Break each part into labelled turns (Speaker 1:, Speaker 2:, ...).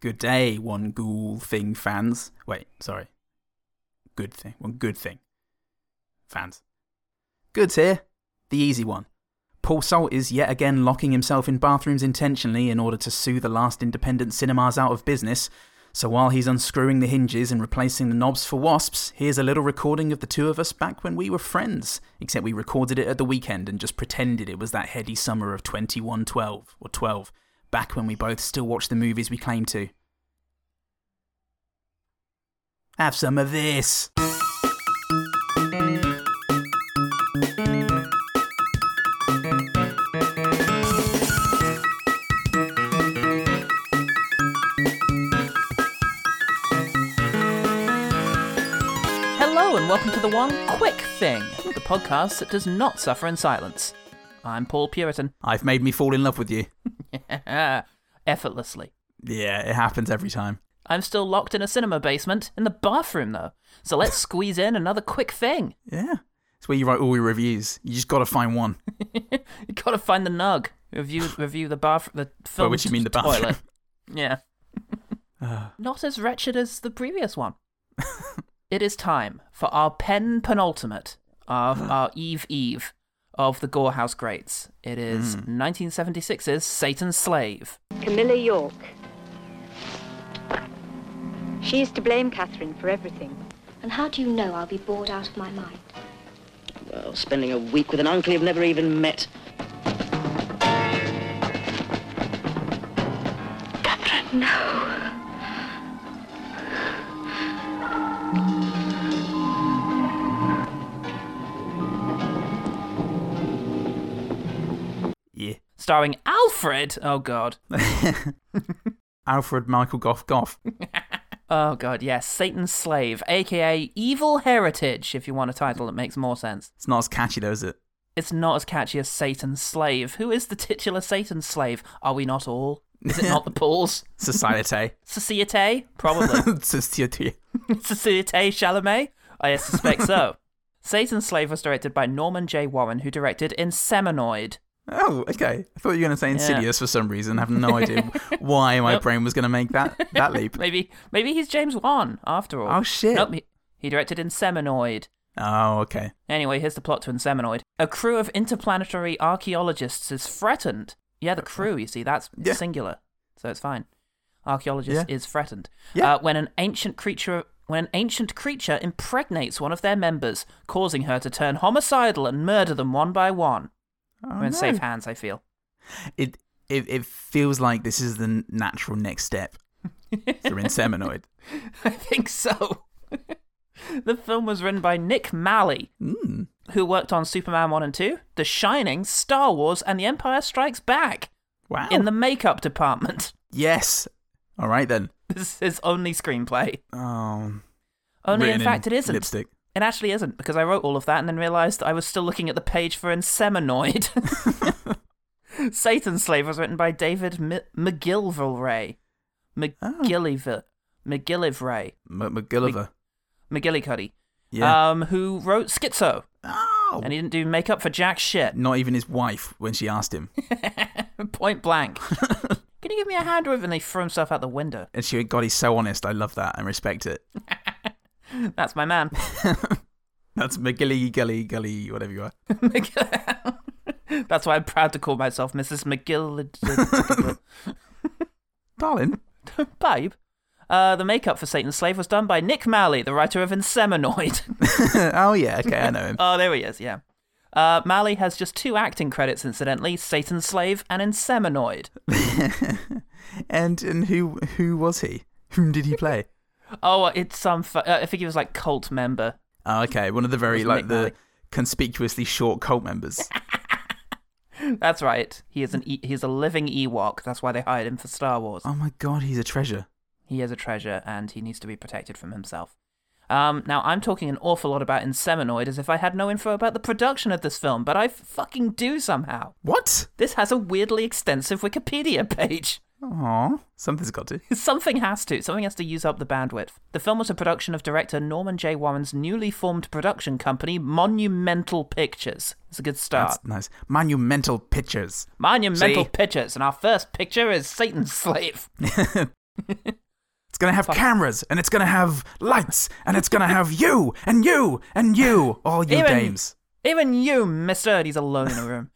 Speaker 1: Good day, one ghoul thing fans. Wait, sorry. Good thing. One good thing. Fans. Goods here. The easy one. Paul Salt is yet again locking himself in bathrooms intentionally in order to sue the last independent cinemas out of business. So while he's unscrewing the hinges and replacing the knobs for wasps, here's a little recording of the two of us back when we were friends. Except we recorded it at the weekend and just pretended it was that heady summer of 2112 or 12, back when we both still watched the movies we claimed to. Have some of this!
Speaker 2: Hello, and welcome to the One Quick Thing, the podcast that does not suffer in silence. I'm Paul Puritan.
Speaker 1: I've made me fall in love with you.
Speaker 2: Effortlessly.
Speaker 1: Yeah, it happens every time.
Speaker 2: I'm still locked in a cinema basement, in the bathroom though, so let's squeeze in another quick thing.
Speaker 1: Yeah. It's where you write all your reviews. You just gotta find one.
Speaker 2: You gotta find the nug. Review review the bath the film.
Speaker 1: which you mean the bathroom.
Speaker 2: toilet. Yeah.
Speaker 1: Ah.
Speaker 2: Not as wretched as the previous one. it is time for our pen penultimate, our our Eve Eve of the Gorehouse Greats. It is 1976's Satan's Slave.
Speaker 3: Camilla York. She is to blame Catherine for everything.
Speaker 4: And how do you know I'll be bored out of my mind?
Speaker 5: Well, spending a week with an uncle you've never even met.
Speaker 1: Yeah.
Speaker 2: Starring Alfred. Oh god.
Speaker 1: Alfred Michael Goff Goff.
Speaker 2: Oh god, yes, Satan's Slave, aka Evil Heritage, if you want a title that makes more sense.
Speaker 1: It's not as catchy though, is it?
Speaker 2: It's not as catchy as Satan's Slave. Who is the titular Satan's Slave? Are we not all? Is it not the Pauls?
Speaker 1: Society.
Speaker 2: Societe? Probably.
Speaker 1: Society.
Speaker 2: Societe Chalamet? I suspect so. Satan's Slave was directed by Norman J. Warren, who directed Inseminoid.
Speaker 1: Oh, okay. I thought you were going to say Insidious
Speaker 2: Yeah.
Speaker 1: for some reason. I have no idea why my brain was going to make that, that leap.
Speaker 2: Maybe maybe he's James Wan, after all.
Speaker 1: Oh, shit.
Speaker 2: Nope, he, he directed Inseminoid.
Speaker 1: Oh, okay.
Speaker 2: Anyway, here's the plot to Inseminoid. A crew of interplanetary archaeologists is threatened. Yeah, the crew, you see, that's
Speaker 1: Yeah.
Speaker 2: singular. So it's fine. Archaeologist
Speaker 1: Yeah.
Speaker 2: is threatened.
Speaker 1: Yeah.
Speaker 2: Uh, when an ancient creature when an ancient creature impregnates one of their members, causing her to turn homicidal and murder them one by one.
Speaker 1: Oh,
Speaker 2: We're in
Speaker 1: no.
Speaker 2: safe hands, I feel.
Speaker 1: It, it, it feels like this is the natural next step. You're in Seminoid.
Speaker 2: I think so. the film was written by Nick Malley,
Speaker 1: Mm.
Speaker 2: who worked on Superman 1 and 2, The Shining, Star Wars, and The Empire Strikes Back
Speaker 1: Wow.
Speaker 2: in the makeup department.
Speaker 1: Yes. All right then.
Speaker 2: This is his only screenplay.
Speaker 1: Oh.
Speaker 2: Only,
Speaker 1: written
Speaker 2: in fact, it isn't.
Speaker 1: Lipstick.
Speaker 2: It actually isn't, because I wrote all of that and then realised I was still looking at the page for Inseminoid. Satan's Slave was written by David M- McGillivray.
Speaker 1: Oh.
Speaker 2: McGillivray. McGillivray.
Speaker 1: M- McGilliver.
Speaker 2: McGillicuddy.
Speaker 1: Yeah.
Speaker 2: Um, who wrote Schizo.
Speaker 1: oh.
Speaker 2: And he didn't do makeup for jack shit.
Speaker 1: Not even his wife when she asked him.
Speaker 2: Point blank. Can you give me a hand with? And they threw himself out the window.
Speaker 1: And she went, God, he's so honest. I love that and respect it.
Speaker 2: That's my man.
Speaker 1: That's McGilly, Gully, Gully, whatever you are.
Speaker 2: That's why I'm proud to call myself Mrs. McGill.
Speaker 1: Darling.
Speaker 2: Babe. Uh, the makeup for Satan's Slave was done by Nick Malley, the writer of Inseminoid.
Speaker 1: oh, yeah. Okay, I know him.
Speaker 2: oh, there he is, yeah. Uh, Malley has just two acting credits, incidentally Satan's Slave and Inseminoid.
Speaker 1: and and who who was he? Whom did he play?
Speaker 2: Oh, it's some. Fu- uh, I think he was like cult member.
Speaker 1: oh, okay, one of the very
Speaker 2: Was
Speaker 1: like
Speaker 2: Mick
Speaker 1: the
Speaker 2: Malik.
Speaker 1: conspicuously short cult members.
Speaker 2: That's right. He is an e- he's a living Ewok. That's why they hired him for Star Wars.
Speaker 1: oh my god, he's a treasure.
Speaker 2: He is a treasure and he needs to be protected from himself. Um, now, I'm talking an awful lot about Inseminoid as if I had no info about the production of this film, but I fucking do somehow.
Speaker 1: What?
Speaker 2: This has a weirdly extensive Wikipedia page.
Speaker 1: Aw, something's got to.
Speaker 2: Something has to. Something has to use up the bandwidth. The film was a production of director Norman J. Warren's newly formed production company, Monumental Pictures. It's a good start.
Speaker 1: That's nice. Monumental pictures.
Speaker 2: Monumental
Speaker 1: See?
Speaker 2: Pictures, and our first picture is Satan's Slave.
Speaker 1: It's going to have cameras and it's going to have lights and it's going to have you and you and you. All your
Speaker 2: Even-
Speaker 1: games.
Speaker 2: Even you, mister, and he's alone in a room.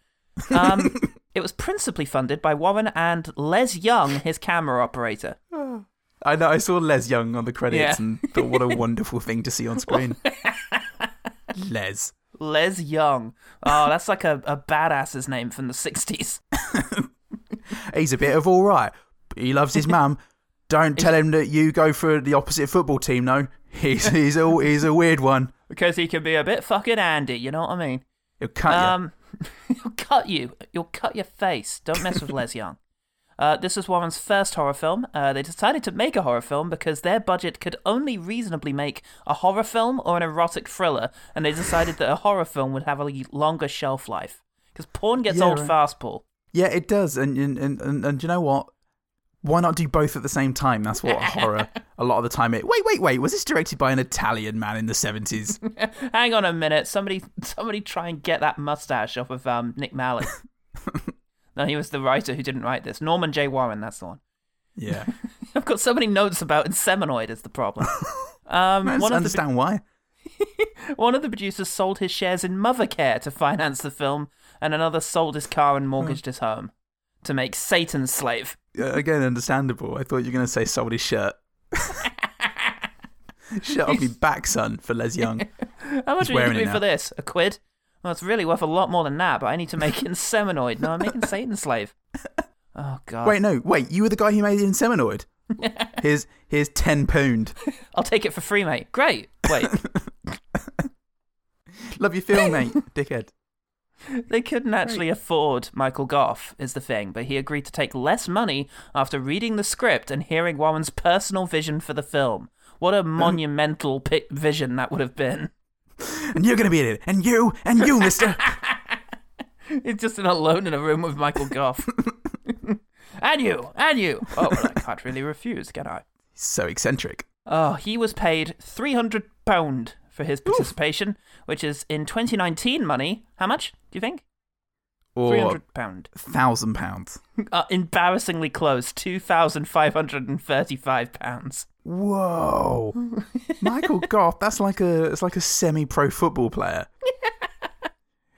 Speaker 2: Um, it was principally funded by Warren and Les Young, his camera operator.
Speaker 1: I know. I saw Les Young on the credits
Speaker 2: Yeah.
Speaker 1: and thought, what a wonderful thing to see on screen. Les.
Speaker 2: Les Young. Oh, that's like a, a badass's name from the 60s.
Speaker 1: He's a bit of all right. but He loves his mum. Don't tell him that you go for the opposite football team, though. He's he's a, he's a weird one.
Speaker 2: Because he can be a bit fucking Andy, you know what I mean?
Speaker 1: He'll cut ya.
Speaker 2: um, he'll cut you. He'll cut your face. Don't mess with Les Young. Uh, this was Warren's first horror film. Uh, they decided to make a horror film because their budget could only reasonably make a horror film or an erotic thriller, and they decided that a horror film would have a l- longer shelf life. Because porn gets
Speaker 1: Yeah,
Speaker 2: old
Speaker 1: right.
Speaker 2: fast, Paul.
Speaker 1: Yeah, it does. And and, and and and you know what? Why not do both at the same time? That's what horror. A lot of the time, it. Wait, wait, wait. Was this directed by an Italian man in the seventies?
Speaker 2: Hang on a minute. Somebody, somebody, try and get that mustache off of um, Nick Mallett. no, he was the writer who didn't write this. Norman J. Warren. That's the one.
Speaker 1: Yeah,
Speaker 2: I've got so many notes about inseminoid is the problem. Um,
Speaker 1: I
Speaker 2: one, of the,
Speaker 1: understand why.
Speaker 2: one of the producers sold his shares in Mothercare to finance the film, and another sold his car and mortgaged his home to make Satan's slave.
Speaker 1: Uh, again, understandable. I thought you were going to say sold his shirt. shirt off me back, son, for Les Young.
Speaker 2: How much
Speaker 1: He's
Speaker 2: are you
Speaker 1: wearing it
Speaker 2: giving me
Speaker 1: now.
Speaker 2: for this? A quid? Well, it's really worth a lot more than that, but I need to make inseminoid. No, I'm making Satan's slave. Oh god!
Speaker 1: Wait, no, wait. You were the guy who made the Inseminoid. here's here's ten pound.
Speaker 2: I'll take it for free, mate. Great. Wait.
Speaker 1: Love your film, mate, dickhead.
Speaker 2: They couldn't actually afford Michael Goff, is the thing, but he agreed to take less money after reading the script and hearing Warren's personal vision for the film. What a monumental pi- vision that would have been.
Speaker 1: And you're going to be in it. And you, and you, mister.
Speaker 2: It's just an alone in a room with Michael Goff. and you, and you. Oh, well, I can't really refuse, can I?
Speaker 1: so eccentric.
Speaker 2: Oh, he was paid £300 for his participation, which is in 2019 money. How much do you think?
Speaker 1: Or
Speaker 2: £300.
Speaker 1: thousand pounds.
Speaker 2: uh, embarrassingly close, two thousand five hundred and thirty-five pounds.
Speaker 1: Whoa, Michael Goff. That's like a it's like a semi-pro football player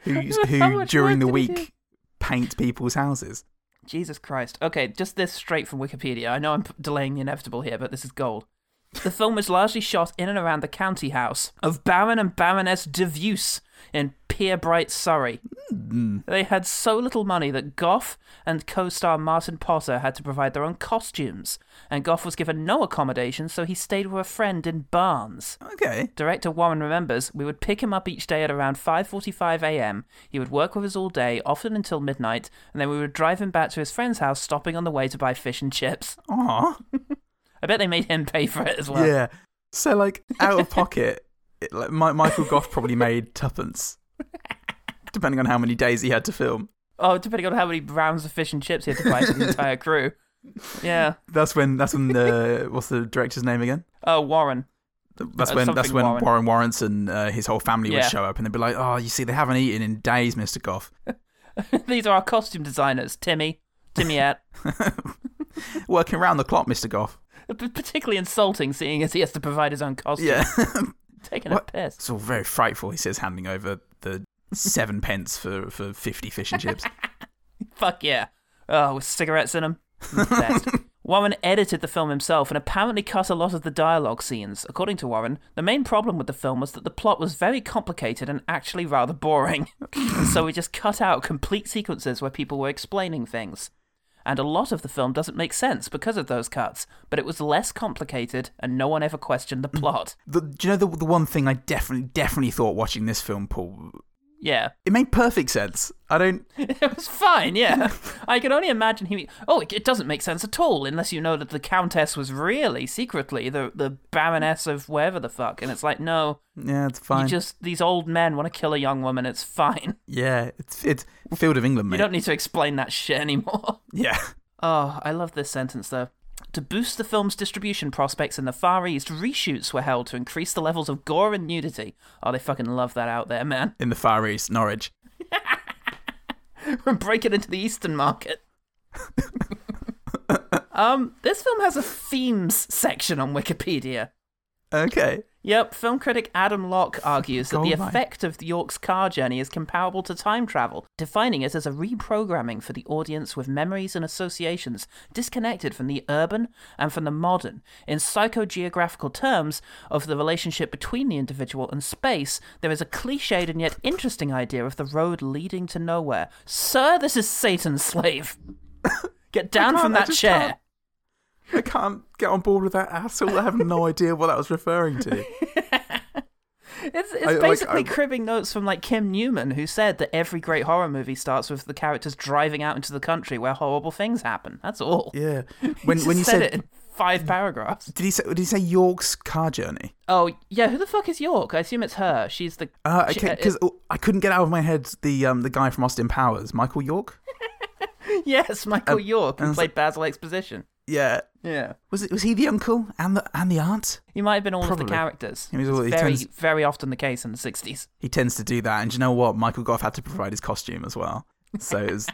Speaker 1: who's,
Speaker 2: How
Speaker 1: who
Speaker 2: much
Speaker 1: during
Speaker 2: work
Speaker 1: the
Speaker 2: did he
Speaker 1: week paints people's houses.
Speaker 2: Jesus Christ. Okay, just this straight from Wikipedia. I know I'm p- delaying the inevitable here, but this is gold. The film was largely shot in and around the county house of Baron and Baroness de Vuse in Pierbright, Surrey.
Speaker 1: Mm,
Speaker 2: They had so little money that Goff and co star Martin Potter had to provide their own costumes, and Goff was given no accommodation, so he stayed with a friend in Barnes.
Speaker 1: Okay,
Speaker 2: Director Warren remembers we would pick him up each day at around 5:45 a.m. He would work with us all day, often until midnight, and then we would drive him back to his friend's house, stopping on the way to buy fish and chips.
Speaker 1: ah,
Speaker 2: I bet they made him pay for it as well.
Speaker 1: yeah. So like out of pocket, it, like Mi- Michael Goff probably made tuppence, depending on how many days he had to film.
Speaker 2: Oh, depending on how many rounds of fish and chips he had to buy for the entire crew. Yeah.
Speaker 1: That's when that's when the what's the director's name again?
Speaker 2: Oh, Warren.
Speaker 1: That's
Speaker 2: Uh,
Speaker 1: when that's
Speaker 2: something
Speaker 1: when
Speaker 2: Warren.
Speaker 1: Warren Warrenson, uh, his whole family
Speaker 2: Yeah.
Speaker 1: would show up and they'd be like, "Oh, you see, they haven't eaten in days, Mister Goff."
Speaker 2: These are our costume designers, Timmy, Timmyette.
Speaker 1: Working round the clock, Mister Goff.
Speaker 2: P- Particularly insulting, seeing as he has to provide his own costume.
Speaker 1: Yeah.
Speaker 2: Taking
Speaker 1: What?
Speaker 2: a piss.
Speaker 1: It's all very frightful, he says, handing over the seven pence for, for 50 fish and chips.
Speaker 2: Fuck yeah. Oh, with cigarettes in them. Best. Warren edited the film himself and apparently cut a lot of the dialogue scenes. According to Warren, the main problem with the film was that the plot was very complicated and actually rather boring. And so we just cut out complete sequences where people were explaining things. And a lot of the film doesn't make sense because of those cuts, but it was less complicated and no one ever questioned the plot.
Speaker 1: The, do you know the, the one thing I definitely, definitely thought watching this film, Paul?
Speaker 2: Yeah.
Speaker 1: It made perfect sense. I don't.
Speaker 2: It was fine, yeah. I can only imagine him. Oh, it, it doesn't make sense at all unless you know that the Countess was really secretly the the Baroness of wherever the fuck, and it's like no,
Speaker 1: Yeah, it's fine.
Speaker 2: you just these old men want to kill a young woman. It's fine.
Speaker 1: Yeah, it's it's Field of England, mate.
Speaker 2: You don't need to explain that shit anymore.
Speaker 1: Yeah.
Speaker 2: Oh, I love this sentence though. To boost the film's distribution prospects in the Far East, reshoots were held to increase the levels of gore and nudity. Oh, they fucking love that out there, man.
Speaker 1: In the Far East, Norwich.
Speaker 2: Break it into the Eastern market. Um, this film has a themes section on Wikipedia.
Speaker 1: Okay.
Speaker 2: Yep, film critic Adam Locke argues that the
Speaker 1: Goldmine.
Speaker 2: effect of York's car journey is comparable to time travel, defining it as a reprogramming for the audience with memories and associations disconnected from the urban and from the modern, in psychogeographical terms, of the relationship between the individual and space. There is a cliched and yet interesting idea of the road leading to nowhere. Sir, this is Satan's slave. Get down
Speaker 1: can't-
Speaker 2: from
Speaker 1: I
Speaker 2: that
Speaker 1: just
Speaker 2: chair.
Speaker 1: can't. I can't get on board with that at all. I have no idea what that was referring to.
Speaker 2: It's, it's
Speaker 1: I- like,
Speaker 2: basically
Speaker 1: I-
Speaker 2: cribbing notes from like Kim Newman, who said that every great horror movie starts with the characters driving out into the country where horrible things happen. That's all.
Speaker 1: Yeah.
Speaker 2: He
Speaker 1: When
Speaker 2: just
Speaker 1: when you said,
Speaker 2: it in five paragraphs.
Speaker 1: did he say did he say York's car journey?
Speaker 2: Oh yeah, who the fuck is York? I assume it's her. She's the
Speaker 1: Uh,
Speaker 2: she-
Speaker 1: okay,
Speaker 2: uh,
Speaker 1: because I couldn't get out of my head the um the guy from Austin Powers, Michael York.
Speaker 2: yes, Michael
Speaker 1: um,
Speaker 2: York,
Speaker 1: and
Speaker 2: who
Speaker 1: it's
Speaker 2: played Basil Exposition.
Speaker 1: Yeah.
Speaker 2: Yeah,
Speaker 1: Was it was he the uncle and the and the aunt?
Speaker 2: he might have been all of
Speaker 1: Probably.
Speaker 2: the characters.
Speaker 1: He was all-
Speaker 2: It's
Speaker 1: he
Speaker 2: very
Speaker 1: tends-
Speaker 2: very often the case in the sixties.
Speaker 1: He tends to do that, and do you know what? Michael Goff had to provide his costume as well, so it was,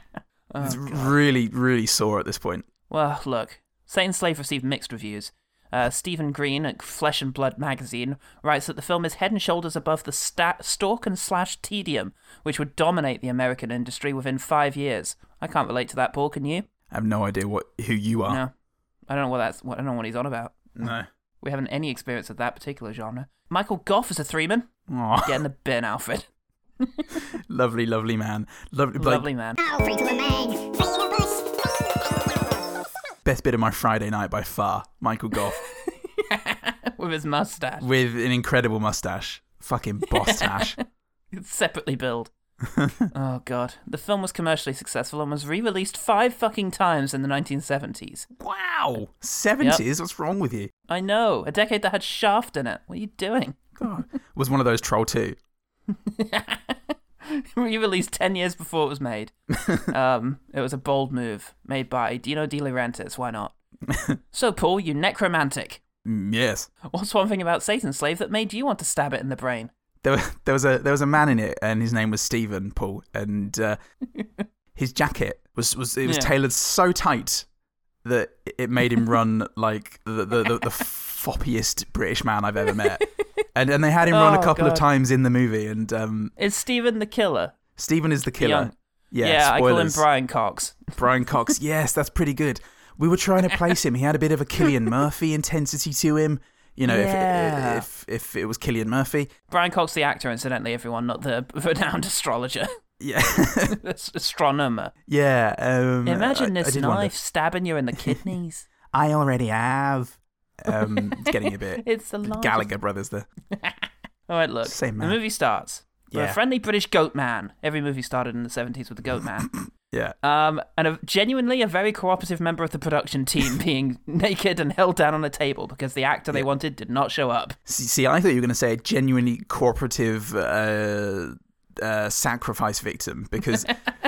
Speaker 2: Oh,
Speaker 1: it was
Speaker 2: Uh.
Speaker 1: really really sore at this point.
Speaker 2: Well, look, Satan's Slave received mixed reviews. Uh, Stephen Green at Flesh and Blood magazine writes that the film is head and shoulders above the sta- stalk and slash tedium, which would dominate the American industry within five years. I can't relate to that, Paul. Can you?
Speaker 1: I have no idea what who you are.
Speaker 2: No, I don't know what that's. What, I don't know what he's on about.
Speaker 1: No.
Speaker 2: We haven't any experience of that particular genre. Michael Goff is a three-man.
Speaker 1: Aw,
Speaker 2: Get in the bin, Alfred.
Speaker 1: lovely, lovely man. Lovely, like,
Speaker 2: Lovely man.
Speaker 6: Alfred Lemang, Freda Bush.
Speaker 1: best bit of my Friday night by far. Michael Goff
Speaker 2: With his mustache.
Speaker 1: with an incredible mustache, fucking boss tash.
Speaker 2: separately billed. oh god. The film was commercially successful and was re-released 5 fucking times in the 1970s.
Speaker 1: Wow, seventies. What's wrong with you?
Speaker 2: I know, a decade that had Shaft in it. What are you doing?
Speaker 1: God, was one of those troll too.
Speaker 2: re-released 10 years before it was made. um, it was a bold move made by Dino De Laurentiis, why not? so Paul, you necromantic.
Speaker 1: Mm, yes.
Speaker 2: What's one thing about Satan's Slave that made you want to stab it in the brain?
Speaker 1: there, wa- there was a there was a man in it, and his name was Stephen Paul, and uh, his jacket was was it was
Speaker 2: Yeah.
Speaker 1: tailored so tight that it made him run like the the, the, the foppiest British man I've ever met. And and they had him run a
Speaker 2: Oh,
Speaker 1: couple
Speaker 2: God.
Speaker 1: of times in the movie, and um,
Speaker 2: Is Stephen the killer?
Speaker 1: Stephen is the killer.
Speaker 2: Young.
Speaker 1: Yeah,
Speaker 2: yeah I call him
Speaker 1: spoilers.
Speaker 2: Brian Cox.
Speaker 1: Brian Cox. Yes, that's pretty good. We were trying to place him. He had a bit of a Killian Murphy intensity to him. You know,
Speaker 2: Yeah.
Speaker 1: if, if if it was Killian Murphy,
Speaker 2: Brian Cox, the actor, incidentally, everyone, not the renowned astrologer,
Speaker 1: yeah,
Speaker 2: astronomer.
Speaker 1: Yeah. Um,
Speaker 2: Imagine
Speaker 1: I- I
Speaker 2: this
Speaker 1: did
Speaker 2: knife
Speaker 1: wonder.
Speaker 2: stabbing you in the kidneys.
Speaker 1: I already have. Um, it's getting a bit
Speaker 2: it's the largest.
Speaker 1: Gallagher brothers there.
Speaker 2: All right, look.
Speaker 1: Same
Speaker 2: the
Speaker 1: man.
Speaker 2: movie starts. with
Speaker 1: Yeah.
Speaker 2: a friendly British goat man. Every movie started in the 70s with the goat man.
Speaker 1: Yeah.
Speaker 2: Um, and a, genuinely a very cooperative member of the production team being naked and held down on a table because the actor they
Speaker 1: Yeah.
Speaker 2: wanted did not show up.
Speaker 1: See, see, I thought you were going to say a genuinely cooperative uh, uh, sacrifice victim because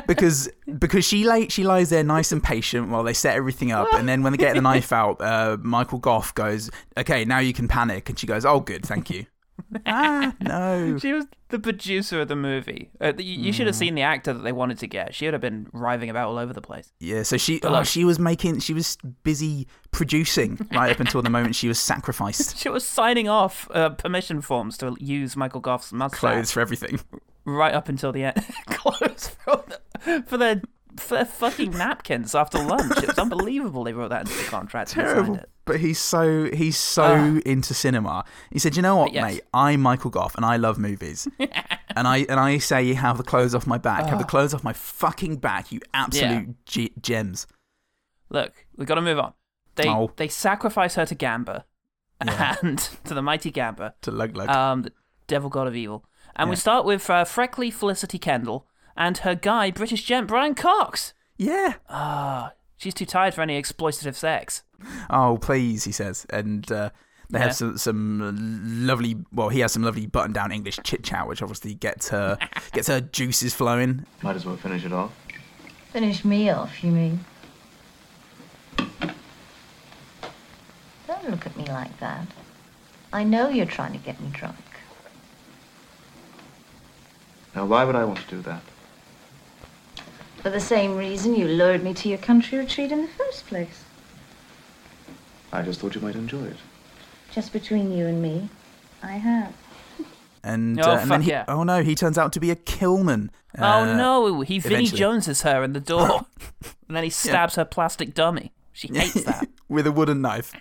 Speaker 1: because because she lay, she lies there nice and patient while they set everything up, and then when they get the knife out, uh, Michael Goff goes, "Okay, now you can panic," and she goes, "Oh, good, thank you." ah, no.
Speaker 2: She was the producer of the movie. Uh, you you should have
Speaker 1: Mm.
Speaker 2: seen the actor that they wanted to get. She would have been writhing about all over the place.
Speaker 1: Yeah, so she
Speaker 2: But
Speaker 1: oh,
Speaker 2: look-
Speaker 1: she was making she was busy producing right up until the moment she was sacrificed.
Speaker 2: She was signing off uh, permission forms to use Michael Goff's mustache.
Speaker 1: Clothes for everything.
Speaker 2: right up until the end. Clothes for, the, for their for their fucking napkins after lunch. It was unbelievable they wrote that into the contract. and they signed
Speaker 1: Terrible.
Speaker 2: it. Ah.
Speaker 1: But he's so he's so into cinema. He said, "You know what,
Speaker 2: yes.
Speaker 1: mate? I'm Michael Goff, and I love movies. and I and I say, you have the clothes off my back,
Speaker 2: Ah.
Speaker 1: have the clothes off my fucking back, you absolute ge- gems."
Speaker 2: Look, we got to move on. They
Speaker 1: Oh.
Speaker 2: they sacrifice her to Gamba
Speaker 1: Yeah.
Speaker 2: and to the mighty Gamba,
Speaker 1: To lug lug.
Speaker 2: um, the devil god of evil. And we
Speaker 1: Yeah.
Speaker 2: start with uh, Freckly Felicity Kendall and her guy, British gent Brian Cox.
Speaker 1: yeah.
Speaker 2: Ah, she's too tired for any exploitative sex.
Speaker 1: Oh, please, he says, and. Uh, they
Speaker 2: Yeah.
Speaker 1: have some, some lovely. Well, he has some lovely button-down English chit-chat, which obviously gets her gets her juices flowing.
Speaker 7: Might as well finish it off.
Speaker 8: Finish me off, you mean? Don't look at me like that. I know you're trying to get me drunk.
Speaker 7: Now, why would I want to do that?
Speaker 8: For the same reason you lured me to your country retreat in the first place.
Speaker 7: I just thought you might enjoy it.
Speaker 8: Just between you and me, I have.
Speaker 1: And,
Speaker 2: Oh,
Speaker 1: uh, and then
Speaker 2: fuck
Speaker 1: he,
Speaker 2: yeah.
Speaker 1: oh no, he turns out to be a killman.
Speaker 2: oh
Speaker 1: Uh,
Speaker 2: no, he Vinnie
Speaker 1: eventually.
Speaker 2: Joneses her in the door, and then he stabs her plastic dummy. She hates that.
Speaker 1: with a wooden knife.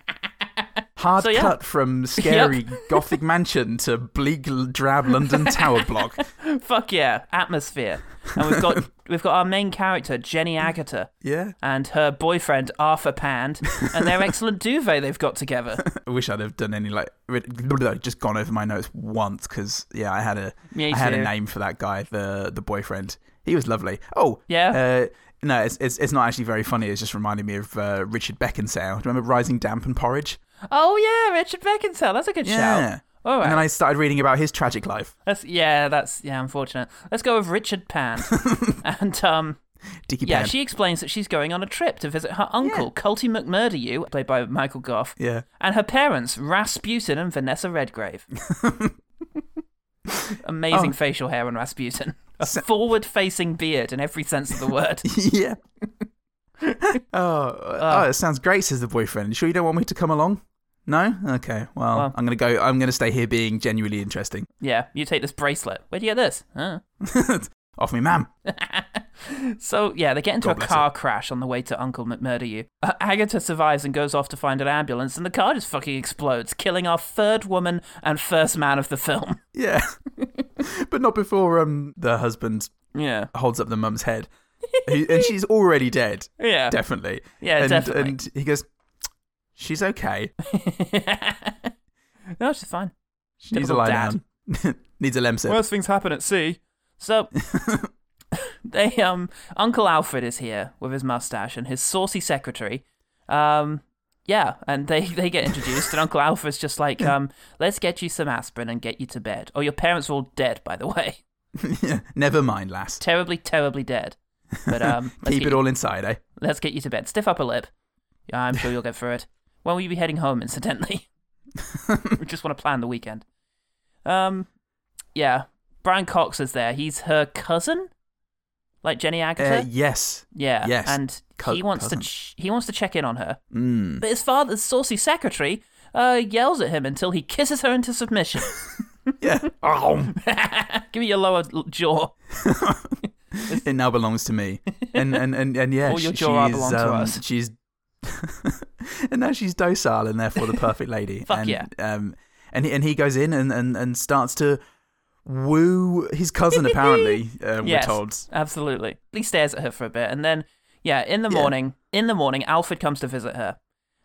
Speaker 1: Hard
Speaker 2: So, yeah.
Speaker 1: cut from scary gothic mansion to bleak, l- drab London tower block.
Speaker 2: Fuck yeah, atmosphere. And we've got we've got our main character Jenny Agata
Speaker 1: Yeah,
Speaker 2: and her boyfriend Arthur Pand and their excellent duvet they've got together.
Speaker 1: I wish I'd have done any like rid- just gone over my notes once because yeah, I had a
Speaker 2: Me
Speaker 1: I had a
Speaker 2: too.
Speaker 1: name for that guy, the the boyfriend. He was lovely. Oh
Speaker 2: Yeah.
Speaker 1: Uh, no, it's, it's it's not actually very funny. It's just reminding me of uh, Richard Beckinsale. Do you remember Rising Damp and Porridge?
Speaker 2: Oh yeah, Richard Beckinsale. That's a good shout. All right.
Speaker 1: And then I started reading about his tragic life.
Speaker 2: That's yeah, that's yeah, unfortunate. Let's go with Richard Pand. and um
Speaker 1: Dickie
Speaker 2: yeah,
Speaker 1: Pan.
Speaker 2: she explains that she's going on a trip to visit her uncle, Colty McMurder You, played by Michael Goff.
Speaker 1: Yeah.
Speaker 2: And her parents, Rasputin and Vanessa Redgrave. Amazing
Speaker 1: Oh.
Speaker 2: facial hair on Rasputin. A
Speaker 1: So-
Speaker 2: forward facing beard in every sense of the word.
Speaker 1: yeah. oh,
Speaker 2: Ah.
Speaker 1: oh, it sounds great, says the boyfriend. Sure you don't want me to come along? No? Okay. Well,
Speaker 2: Well-
Speaker 1: I'm gonna go I'm gonna stay here being genuinely interesting.
Speaker 2: yeah, you take this bracelet. Where'd you get this? Huh?
Speaker 1: Off me, ma'am.
Speaker 2: So yeah, they get into
Speaker 1: God
Speaker 2: a
Speaker 1: bless
Speaker 2: car crash on the way to Uncle McMurder You. Uh, Agatha survives and goes off to find an ambulance, and the car just fucking explodes, killing our third woman and first man of the film.
Speaker 1: Yeah. but not before um the husband
Speaker 2: Yeah,
Speaker 1: holds up the mum's head. He- and she's already dead.
Speaker 2: yeah,
Speaker 1: Definitely.
Speaker 2: Yeah,
Speaker 1: and,
Speaker 2: definitely.
Speaker 1: And he goes, She's okay.
Speaker 2: no, she's fine.
Speaker 1: She needs a
Speaker 2: Typical
Speaker 1: lie
Speaker 2: dad.
Speaker 1: down. needs a lemsip.
Speaker 2: Worst things happen at sea. So they um Uncle Alfred is here with his mustache and his saucy secretary. Um yeah, and they, they get introduced and Uncle Alfred's just like, um, let's get you some aspirin and get you to bed. Oh your parents are all dead, by the way.
Speaker 1: Yeah, Never mind, lass.
Speaker 2: Terribly, terribly dead. But um let's,
Speaker 1: Keep
Speaker 2: get,
Speaker 1: it
Speaker 2: you,
Speaker 1: all inside, eh?
Speaker 2: let's get you to bed. Stiff up a lip. Yeah, I'm sure you'll get through it. When will you be heading home, incidentally?
Speaker 1: eh?
Speaker 2: we just want to plan the weekend. Um, yeah, Brian Cox is there. He's her cousin, like Jenny Agatha.
Speaker 1: Uh, yes.
Speaker 2: yeah,
Speaker 1: yes.
Speaker 2: and
Speaker 1: Co-
Speaker 2: he wants
Speaker 1: cousin.
Speaker 2: to ch- he wants to check in on her,
Speaker 1: Mm.
Speaker 2: but his father's saucy secretary uh, yells at him until he kisses her into submission.
Speaker 1: Yeah. Oh,
Speaker 2: Give me your lower l- jaw.
Speaker 1: it now belongs to me. And and and, and yeah,
Speaker 2: All your
Speaker 1: sh-
Speaker 2: jaw
Speaker 1: she's,
Speaker 2: belong to
Speaker 1: um,
Speaker 2: us.
Speaker 1: She's and now she's docile and therefore the perfect lady.
Speaker 2: Fuck
Speaker 1: and,
Speaker 2: yeah.
Speaker 1: Um, and he, and he goes in and, and, and starts to woo his cousin. apparently, um,
Speaker 2: Yes,
Speaker 1: we're told.
Speaker 2: absolutely. He stares at her for a bit, and then yeah, in the
Speaker 1: Yeah.
Speaker 2: morning, in the morning, Alfred comes to visit her,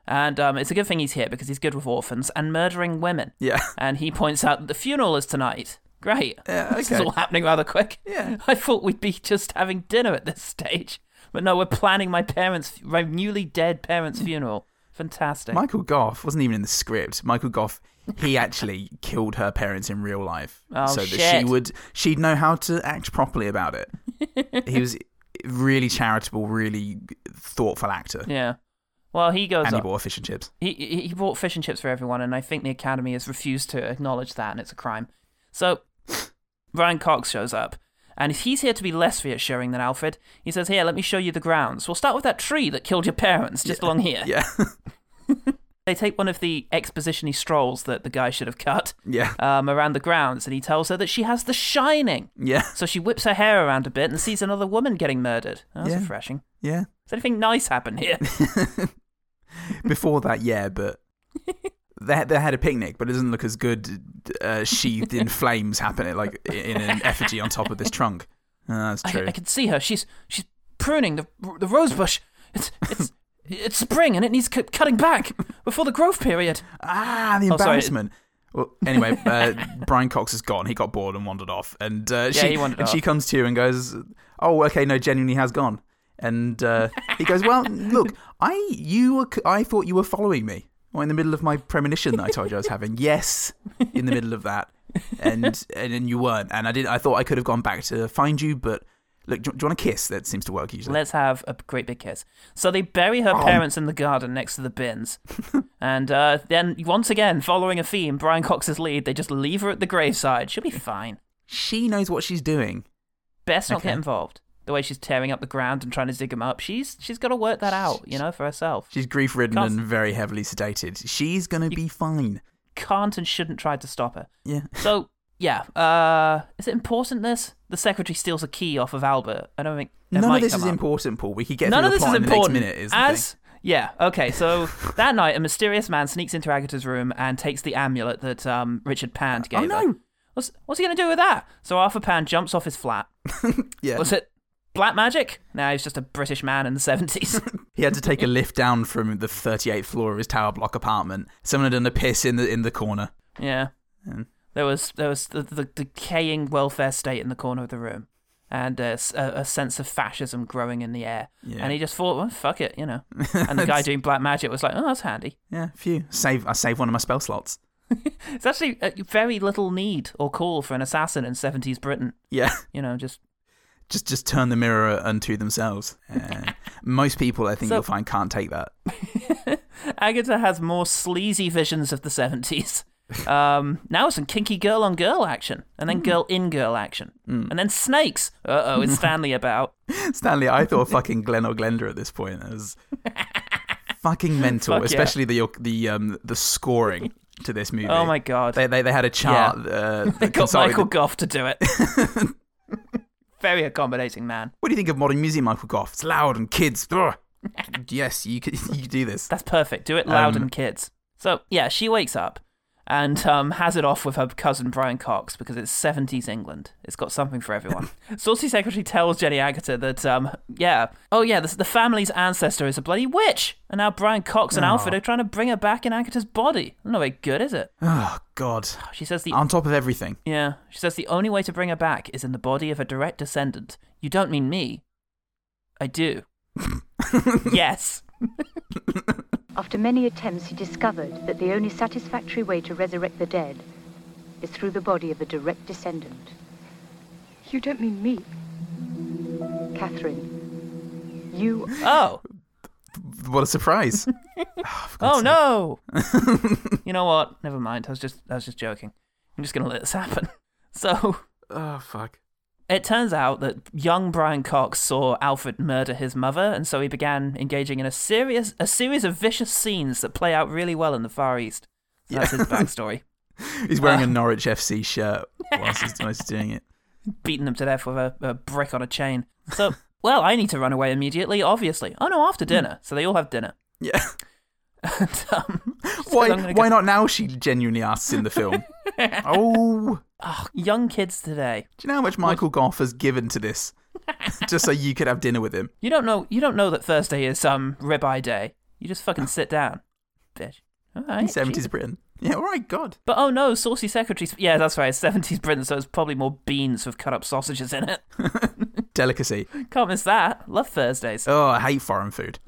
Speaker 2: and um, it's a good thing he's here because he's good with orphans and murdering women.
Speaker 1: Yeah.
Speaker 2: And he points out that the funeral is tonight. Great.
Speaker 1: Yeah,
Speaker 2: This is
Speaker 1: okay.
Speaker 2: all happening rather quick.
Speaker 1: Yeah.
Speaker 2: I thought we'd be just having dinner at this stage. But no, we're planning my parents, my newly dead parents' funeral. Fantastic.
Speaker 1: Michael Goff wasn't even in the script. Michael Goff, he actually killed her parents in real life,
Speaker 2: Oh,
Speaker 1: so that she
Speaker 2: shit.
Speaker 1: would she'd know how to act properly about it. he was really charitable, really thoughtful actor,
Speaker 2: yeah. Well, he goes
Speaker 1: and he
Speaker 2: up.
Speaker 1: bought fish and chips.
Speaker 2: He, he he bought fish and chips for everyone, and I think the Academy has refused to acknowledge that, and it's a crime. So, Ryan Cox shows up, and he's here to be less reassuring than Alfred. He says, Here, let me show you the grounds. We'll start with that tree that killed your parents just along here.
Speaker 1: Yeah,
Speaker 2: They take one of the exposition strolls that the guy should have cut
Speaker 1: yeah,
Speaker 2: um, around the grounds, and he tells her that she has the shining.
Speaker 1: yeah,
Speaker 2: So she whips her hair around a bit and sees another woman getting murdered. That was
Speaker 1: Yeah.
Speaker 2: refreshing.
Speaker 1: yeah.
Speaker 2: Does anything nice happen here?
Speaker 1: Before that, yeah, but they they had a picnic, but it doesn't look as good uh, sheathed in flames happening like in an effigy on top of this trunk. Uh, that's
Speaker 2: I,
Speaker 1: true.
Speaker 2: I can see her. She's she's pruning the the rose bush. It's it's it's spring and it needs cu- cutting back before the growth period.
Speaker 1: Ah, the
Speaker 2: Oh, sorry.
Speaker 1: embarrassment. Well, anyway, uh, Brian Cox is gone. He got bored and wandered off. And uh, she
Speaker 2: he wandered
Speaker 1: and she
Speaker 2: off.
Speaker 1: comes to you and goes, "Oh, okay, no, genuinely has gone." And uh, he goes, "Well, look, I you were, c- I thought you were following me, or in the middle of my premonition that I told you I was having. Yes, in the middle of that, and and then you weren't. And I did. I thought I could have gone back to find you, but look, do, you- do you Oh. want a kiss? That seems to work usually.
Speaker 2: Let's have a great big kiss. So they bury her parents in the garden next to the bins, and uh, then once again, following a theme, Brian Cox's lead, they just leave her at the graveside. She'll be fine.
Speaker 1: she knows what she's doing.
Speaker 2: Best not
Speaker 1: Okay.
Speaker 2: get involved. The way she's tearing up the ground and trying to zig him up, she's she's got to work that out, you know, for herself. She
Speaker 1: She's grief ridden
Speaker 2: Can't-
Speaker 1: and very heavily sedated. She's going to be fine.
Speaker 2: can't and shouldn't try to stop her.
Speaker 1: Yeah.
Speaker 2: So yeah, uh, is it important? This the secretary steals a key off of Albert. I don't think it
Speaker 1: None
Speaker 2: might
Speaker 1: of this
Speaker 2: come
Speaker 1: is
Speaker 2: up.
Speaker 1: important, Paul. We could get
Speaker 2: None
Speaker 1: through
Speaker 2: of
Speaker 1: the
Speaker 2: this
Speaker 1: plot
Speaker 2: is
Speaker 1: in
Speaker 2: important.
Speaker 1: the next minute. Is the
Speaker 2: As yeah, okay. So that night, a mysterious man sneaks into Agatha's room and takes the amulet that um, Richard Pand
Speaker 1: Oh,
Speaker 2: gave her.
Speaker 1: no.
Speaker 2: What's, what's he going to do with that? So Arthur Pand jumps off his flat.
Speaker 1: thing. yeah.
Speaker 2: Was it black magic? No, he's just a British man in the seventies.
Speaker 1: He had to take a lift down from the 38th floor of his tower block apartment. Someone had done a piss in the in the corner.
Speaker 2: yeah. There was there was the, the decaying welfare state in the corner of the room, and a, s- a- a sense of fascism growing in the air.
Speaker 1: Yeah.
Speaker 2: And he just thought, well, fuck it, you know. And the guy doing black magic was like, oh, that's handy.
Speaker 1: Yeah, phew. Save I save one of my spell slots.
Speaker 2: It's actually uh, very little need or call for an assassin in seventies Britain.
Speaker 1: Yeah.
Speaker 2: You know, just
Speaker 1: Just just turn the mirror unto themselves. Uh, most people I think
Speaker 2: So-
Speaker 1: you'll find can't take that.
Speaker 2: Agatha has more sleazy visions of the seventies. Um, now it's some kinky girl on girl action, and
Speaker 1: Hmm.
Speaker 2: then girl in girl action, and then snakes. Uh oh, is Stanley about?
Speaker 1: Stanley, I thought fucking Glenn or Glenda at this point. It was fucking mental,
Speaker 2: Fuck yeah.
Speaker 1: especially the the um the scoring to this movie.
Speaker 2: Oh my god,
Speaker 1: They they, they had a chart. Uh,
Speaker 2: they
Speaker 1: that
Speaker 2: got
Speaker 1: consulted-
Speaker 2: Michael Goff to do it. Very accommodating man.
Speaker 1: What do you think of modern music, Michael Goff? It's loud and kids. Ugh. yes, you could you could do this.
Speaker 2: That's perfect. Do it loud
Speaker 1: Um,
Speaker 2: and kids. So yeah, she wakes up and um, has it off with her cousin Brian Cox because it's seventies England. It's got something for everyone. Saucy secretary tells Jenny Agatha that um, yeah, oh yeah, the, the family's ancestor is a bloody witch, and now Brian Cox and Alfred are trying to bring her back in Agatha's body. Not very good, is it?
Speaker 1: Oh God!
Speaker 2: She says the
Speaker 1: On top of everything,
Speaker 2: yeah. She says the only way to bring her back is in the body of a direct descendant. You don't mean me. I do. yes.
Speaker 3: After many attempts, he discovered that the only satisfactory way to resurrect the dead is through the body of a direct descendant. You don't mean me. Catherine, you
Speaker 2: Oh.
Speaker 1: what a surprise!
Speaker 2: Oh no! you know what? Never mind. I was just I was just joking. I'm just gonna let this happen. So
Speaker 1: oh fuck!
Speaker 2: it turns out that young Brian Cox saw Alfred murder his mother, and so he began engaging in a serious a series of vicious scenes that play out really well in the Far East. So That's his backstory.
Speaker 1: He's wearing a Norwich FC shirt whilst he's, whilst he's doing it.
Speaker 2: Beating them to death with a, a brick on a chain. So well, I need to run away immediately, obviously. Oh no,
Speaker 1: Hmm.
Speaker 2: after dinner. So they all have dinner.
Speaker 1: Yeah.
Speaker 2: and, um, she says,
Speaker 1: Why?
Speaker 2: "I'm gonna go-
Speaker 1: Why not now? She genuinely asks in the film. oh.
Speaker 2: Young kids today.
Speaker 1: Do you know how much Michael Goff has given to this? Just so you could have dinner with him.
Speaker 2: You don't know. You don't know that Thursday is um ribeye day. You just fucking sit down, bitch. All
Speaker 1: In
Speaker 2: right.
Speaker 1: seventies
Speaker 2: Jesus.
Speaker 1: Britain. Yeah, all right, God.
Speaker 2: But oh no, saucy secretaries. Yeah, that's right. It's seventies Britain, so it's probably more beans with cut up sausages in it.
Speaker 1: Delicacy.
Speaker 2: Can't miss that. Love Thursdays.
Speaker 1: Oh, I hate foreign food.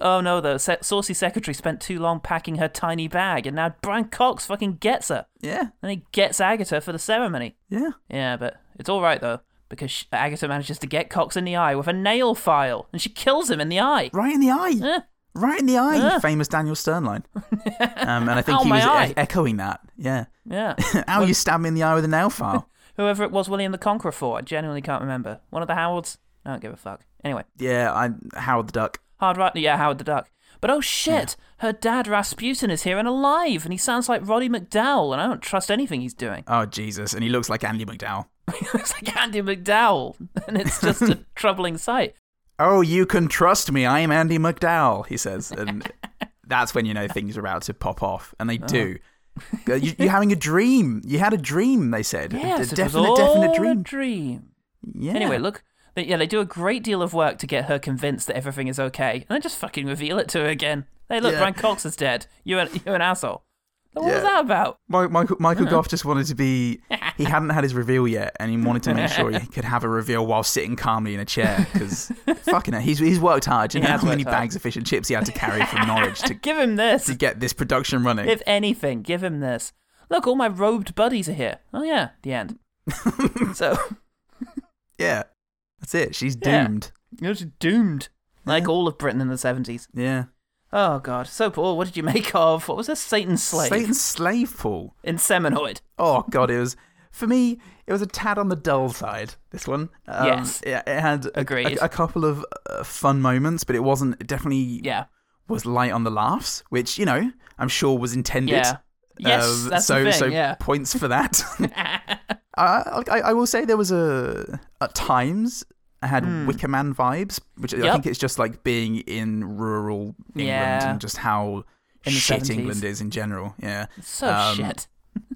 Speaker 2: Oh no, though. Se- saucy secretary spent too long packing her tiny bag, and now Brian Cox fucking gets her,
Speaker 1: Yeah,
Speaker 2: and he gets Agatha for the ceremony.
Speaker 1: yeah.
Speaker 2: Yeah, but it's all right though. Because sh Agatha manages to get Cox in the eye with a nail file, and she kills him in the eye.
Speaker 1: Right in the eye.
Speaker 2: Eh.
Speaker 1: Right in the eye.
Speaker 2: Yeah.
Speaker 1: Famous Daniel Stern line. Um, and I think
Speaker 2: Ow,
Speaker 1: he
Speaker 2: my
Speaker 1: was
Speaker 2: eye.
Speaker 1: e- echoing that. Yeah.
Speaker 2: Yeah.
Speaker 1: Ow, you stab me in the eye with a nail file.
Speaker 2: Whoever it was William the Conqueror for, I genuinely can't remember. One of the Howards? I don't give a fuck. Anyway,
Speaker 1: yeah, I Howard the Duck.
Speaker 2: Hard Right, yeah, Howard the Duck. But oh shit, her dad Rasputin is here and alive, and he sounds like Roddy McDowell, and I don't trust anything he's doing.
Speaker 1: Oh Jesus! And he looks like Andy McDowell.
Speaker 2: it's like Andy McDowell, and it's just a troubling sight.
Speaker 1: Oh, you can trust me. I am Andy McDowell. He says, and that's when you know things are about to pop off, and they do. Uh, You, you're having a dream. You had a dream. They said. A-
Speaker 2: Uh-huh. Yes,
Speaker 1: a
Speaker 2: it
Speaker 1: definite,
Speaker 2: was all
Speaker 1: definite
Speaker 2: a
Speaker 1: dream.
Speaker 2: dream.
Speaker 1: Yeah.
Speaker 2: Anyway, look, they, yeah, they do a great deal of work to get her convinced that everything is okay, and then just fucking reveal it to her again. Hey, look,
Speaker 1: Yeah.
Speaker 2: Brian Cox is dead. You're an, you're an asshole. What
Speaker 1: Yeah.
Speaker 2: was that about?
Speaker 1: Mi- Michael, Michael
Speaker 2: Uh-huh.
Speaker 1: Goff just wanted to be. He hadn't had his reveal yet, and he wanted to make sure he could have a reveal while sitting calmly in a chair. Because fucking, hell, he's he's worked hard. Do you
Speaker 2: He
Speaker 1: know
Speaker 2: has
Speaker 1: how many
Speaker 2: worked hard.
Speaker 1: bags of fish and chips he had to carry from Norwich to,
Speaker 2: Give him this.
Speaker 1: to get this production running?
Speaker 2: If anything, give him this. Look, all my robed buddies are here. Oh yeah, the end. so
Speaker 1: yeah, that's it. She's
Speaker 2: Yeah.
Speaker 1: doomed.
Speaker 2: you're just doomed, like all of Britain in the seventies.
Speaker 1: Yeah,
Speaker 2: Oh god, so Paul, what did you make of what was this Satan's slave
Speaker 1: Satan's slave Paul.
Speaker 2: in Seminoid?
Speaker 1: Oh god, it was for me, it was a tad on the dull side. This one, um,
Speaker 2: Yes.
Speaker 1: it, it had a,
Speaker 2: Agreed.
Speaker 1: a, a couple of uh, fun moments, but it wasn't. It definitely
Speaker 2: Yeah.
Speaker 1: was light on the laughs, which you know I'm sure was intended.
Speaker 2: Yeah. Yes,
Speaker 1: Um,
Speaker 2: that's
Speaker 1: so
Speaker 2: the
Speaker 1: so
Speaker 2: thing. Yeah.
Speaker 1: points for that. uh, I, I will say there was a at times I had
Speaker 2: Hmm.
Speaker 1: Wicker Man vibes, which I
Speaker 2: Yep.
Speaker 1: think it's just like being in rural England
Speaker 2: Yeah.
Speaker 1: and just how
Speaker 2: In the
Speaker 1: shit
Speaker 2: 70s.
Speaker 1: England is in general. Yeah,
Speaker 2: So
Speaker 1: Um,
Speaker 2: shit.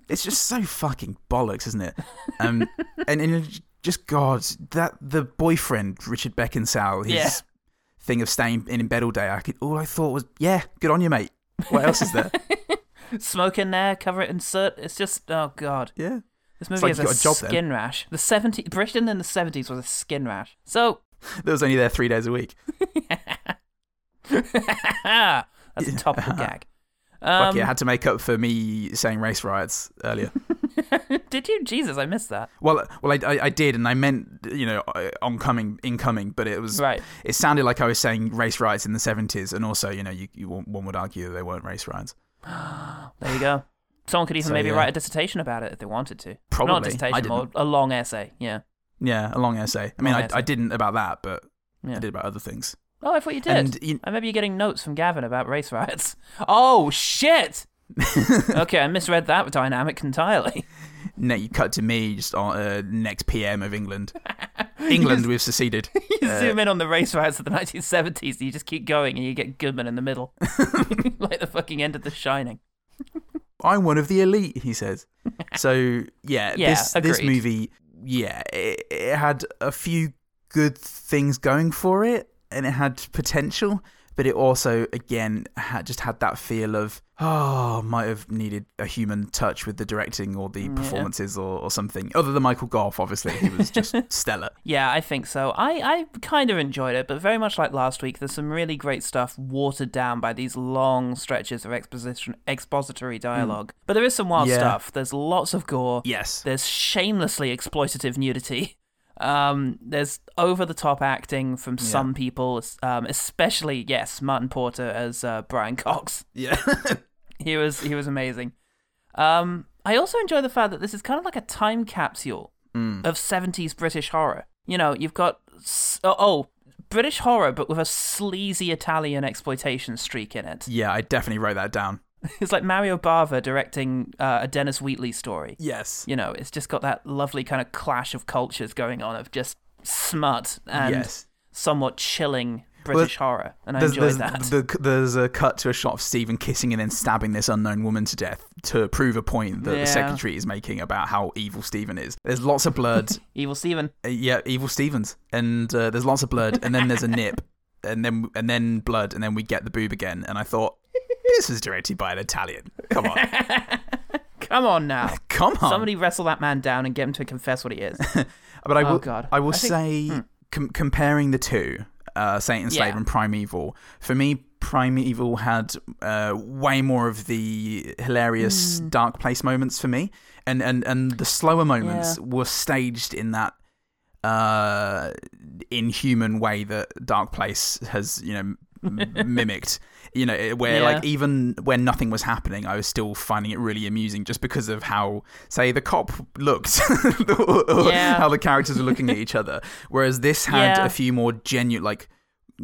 Speaker 1: it's just so fucking bollocks, isn't it? Um, and, and it just God, that the boyfriend Richard Beckinsale, his
Speaker 2: Yeah.
Speaker 1: thing of staying in, in bed all day. I could, all I thought was, yeah, good on you, mate. What else is there?
Speaker 2: Smoke in there, cover it in soot. It's just oh god.
Speaker 1: yeah,
Speaker 2: This movie
Speaker 1: like
Speaker 2: is
Speaker 1: you
Speaker 2: a,
Speaker 1: got a job then.
Speaker 2: skin rash. The 70 Britain in the seventies was a skin rash. So
Speaker 1: that was only there three days a week.
Speaker 2: that's a topical gag. Um,
Speaker 1: Fuck yeah, I had to make up for me saying race riots earlier.
Speaker 2: Did you? Jesus, I missed that.
Speaker 1: well, well, I, I, I did, and I meant you know uh, oncoming, incoming, but it was
Speaker 2: Right.
Speaker 1: It sounded like I was saying race riots in the seventies, and also you know you, you one would argue that they weren't race riots.
Speaker 2: There you go. Someone could even
Speaker 1: So,
Speaker 2: maybe
Speaker 1: yeah.
Speaker 2: write a dissertation about it if they wanted to. Not a
Speaker 1: Probably. I
Speaker 2: dissertation, more
Speaker 1: didn't.
Speaker 2: a long essay. Yeah.
Speaker 1: Yeah, a long essay. I mean,
Speaker 2: Long
Speaker 1: I,
Speaker 2: essay.
Speaker 1: I didn't about that, but
Speaker 2: Yeah.
Speaker 1: I did about other things.
Speaker 2: Oh, I thought you did.
Speaker 1: And you-
Speaker 2: I remember you getting notes from Gavin about race riots. Oh shit! okay, I misread that dynamic entirely.
Speaker 1: Ne- you cut to me just on uh, next PM of England. England, we've seceded.
Speaker 2: You zoom in on the race riots of the 1970s, and you just keep going, and you get Goodman in the middle, like the fucking end of The Shining.
Speaker 1: I'm one of the elite, he says. So yeah,
Speaker 2: Yeah,
Speaker 1: this this
Speaker 2: agreed.
Speaker 1: movie, yeah, it, it had a few good things going for it, and it had potential, but it also again had just had that feel of oh, might have needed a human touch with the directing or the performances or, or something. Other than Michael Goff, obviously, he was just stellar.
Speaker 2: Yeah, I think so. I, I kind of enjoyed it, but very much like last week, there's some really great stuff watered down by these long stretches of exposition, expository dialogue. But there is some wild
Speaker 1: Hmm. Yeah.
Speaker 2: stuff. There's lots of gore.
Speaker 1: Yes.
Speaker 2: There's shamelessly exploitative nudity. Um, there's over the top acting from some people, es- um, especially yes, Martin Porter as uh, Brian Cox.
Speaker 1: Yeah.
Speaker 2: He was he was amazing. Um, I also enjoy the fact that this is kind of like a time capsule
Speaker 1: Mm.
Speaker 2: of 70s British horror. You know, you've got s- oh, oh British horror, but with a sleazy Italian exploitation streak in it.
Speaker 1: yeah, I definitely wrote that down.
Speaker 2: It's like Mario Bava directing uh, a Dennis Wheatley story.
Speaker 1: Yes.
Speaker 2: You know, it's just got that lovely kind of clash of cultures going on of just smut and
Speaker 1: yes.
Speaker 2: somewhat chilling British horror, and I
Speaker 1: there's,
Speaker 2: enjoyed
Speaker 1: there's,
Speaker 2: that.
Speaker 1: The, there's a cut to a shot of Stephen kissing and then stabbing this unknown woman to death to prove a point that
Speaker 2: Yeah.
Speaker 1: the secretary is making about how evil Stephen is. There's lots of blood.
Speaker 2: Evil Steven.
Speaker 1: Uh, yeah, evil Stevens, and uh, there's lots of blood, and then there's a nip, and then and then blood, and then we get the boob again. And I thought, this was directed by an Italian. Come on,
Speaker 2: Come on now.
Speaker 1: come on.
Speaker 2: Somebody wrestle that man down and get him to confess what he is.
Speaker 1: But I
Speaker 2: Oh,
Speaker 1: will,
Speaker 2: God.
Speaker 1: I will
Speaker 2: I think- Hmm.
Speaker 1: say, com- comparing the two, uh, Saint and Slave
Speaker 2: Yeah.
Speaker 1: and Primeval, for me, Primeval had uh, way more of the hilarious
Speaker 2: Hmm.
Speaker 1: dark place moments for me, and and and the slower moments
Speaker 2: Yeah.
Speaker 1: were staged in that uh inhuman way that dark place has you know m- mimicked you know eh, where
Speaker 2: Yeah.
Speaker 1: like even when nothing was happening i was still finding it really amusing just because of how say the cop looked or, or
Speaker 2: Yeah.
Speaker 1: how the characters were looking at each other whereas this had
Speaker 2: Yeah.
Speaker 1: a few more genuine like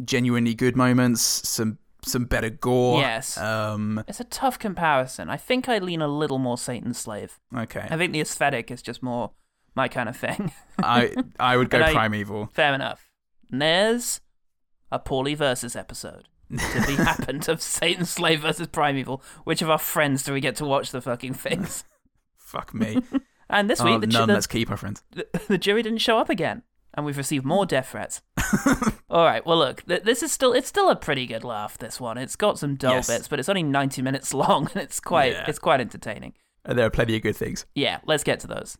Speaker 1: genuinely good moments some some better gore
Speaker 2: Yes.
Speaker 1: um
Speaker 2: It's a tough comparison. I think I lean a little more Satan slave.
Speaker 1: okay
Speaker 2: I think the aesthetic is just more my kind of thing.
Speaker 1: i i would go
Speaker 2: And I-
Speaker 1: primeval
Speaker 2: Fair enough. And there's a Paulie versus episode to be happened of Satan Slave versus Primeval. Which of our friends do we get to watch the fucking things?
Speaker 1: fuck me
Speaker 2: And this
Speaker 1: oh,
Speaker 2: week, the, ju-
Speaker 1: none
Speaker 2: the,
Speaker 1: let's keep our friends
Speaker 2: the, the jury didn't show up again, and we've received more death threats. All right, well, look, th- this is still it's still a pretty good laugh. This one, it's got some dull
Speaker 1: Yes.
Speaker 2: bits, but it's only ninety minutes long, and it's quite
Speaker 1: Yeah.
Speaker 2: it's quite entertaining.
Speaker 1: there are plenty of good things
Speaker 2: Yeah, let's get to those.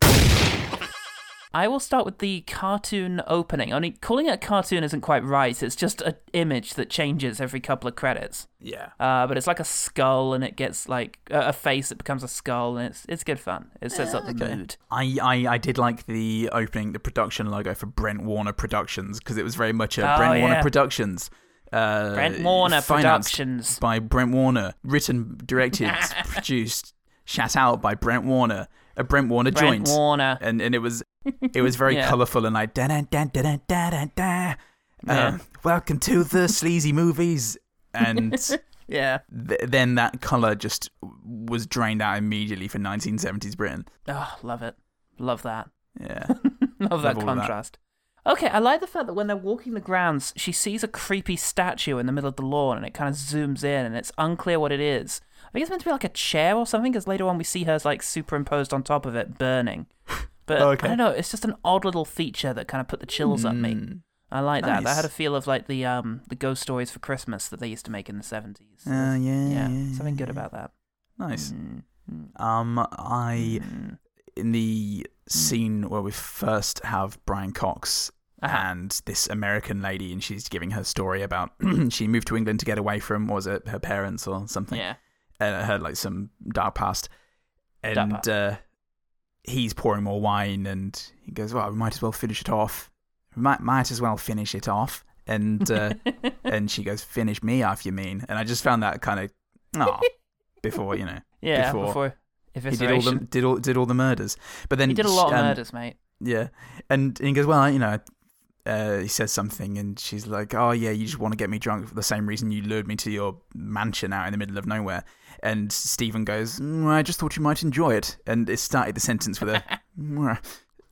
Speaker 2: I will start with the cartoon opening. Only calling it a cartoon isn't quite right. It's just an image that changes every couple of credits.
Speaker 1: yeah
Speaker 2: Uh, but it's like a skull, and it gets like a, a face that becomes a skull, and it's it's good fun. It sets up the mood.
Speaker 1: I, I, I did like the opening, the production logo for Brent Warner Productions because it was very much a
Speaker 2: Oh,
Speaker 1: Brent Warner
Speaker 2: yeah.
Speaker 1: Productions. Uh,
Speaker 2: Brent Warner
Speaker 1: financed
Speaker 2: Productions.
Speaker 1: By Brent Warner. Written, directed, produced, shat out by Brent Warner. uh, Brent Warner
Speaker 2: Brent
Speaker 1: joined,
Speaker 2: Warner.
Speaker 1: and and it was it was very
Speaker 2: Yeah.
Speaker 1: colourful and like da da da da da da da.
Speaker 2: Yeah.
Speaker 1: Um, welcome to the sleazy movies, and th-
Speaker 2: Yeah.
Speaker 1: then that colour just was drained out immediately for 1970s Britain.
Speaker 2: Oh, love it. Love that.
Speaker 1: Yeah,
Speaker 2: Love
Speaker 1: Love
Speaker 2: that
Speaker 1: all of that.
Speaker 2: contrast. Okay, I like the fact that when they're walking the grounds, she sees a creepy statue in the middle of the lawn and it kind of zooms in and it's unclear what it is. I think it's meant to be like a chair or something because later on we see her like superimposed on top of it burning. But
Speaker 1: Okay.
Speaker 2: I don't know, it's just an odd little feature that kind of put the chills up me.
Speaker 1: Mm.
Speaker 2: I like that. That
Speaker 1: Nice.
Speaker 2: had a feel of like the um the ghost stories for Christmas that they used to make in the 70s.
Speaker 1: Ah, yeah,
Speaker 2: yeah,
Speaker 1: yeah,
Speaker 2: something good
Speaker 1: yeah.
Speaker 2: about that.
Speaker 1: Nice.
Speaker 2: Mm, mm,
Speaker 1: Um, I
Speaker 2: mm.
Speaker 1: in the scene where we first have Brian Cox
Speaker 2: Uh-huh.
Speaker 1: and this American lady, and she's giving her story about she moved to England to get away from what was it her parents or something.
Speaker 2: Yeah.
Speaker 1: uh, her like some dark past, and
Speaker 2: Dark past.
Speaker 1: Uh, he's pouring more wine, and he goes, "Well, we might as well finish it off. We might might as well finish it off." And uh, and she goes, "Finish me off, you mean?" And I just found that kind of, oh, before you know,
Speaker 2: Yeah,
Speaker 1: before,
Speaker 2: before,
Speaker 1: he did all the
Speaker 2: evisceration.
Speaker 1: did all did all the murders, but then
Speaker 2: He did a lot of
Speaker 1: um,
Speaker 2: murders, mate.
Speaker 1: Yeah, and, and he goes, "Well, you know." Uh, he says something, and she's like, "Oh yeah, you just want to get me drunk for the same reason you lured me to your mansion out in the middle of nowhere." And Stephen goes, "Mm, "I just thought you might enjoy it," and it started the sentence with a "Mwah."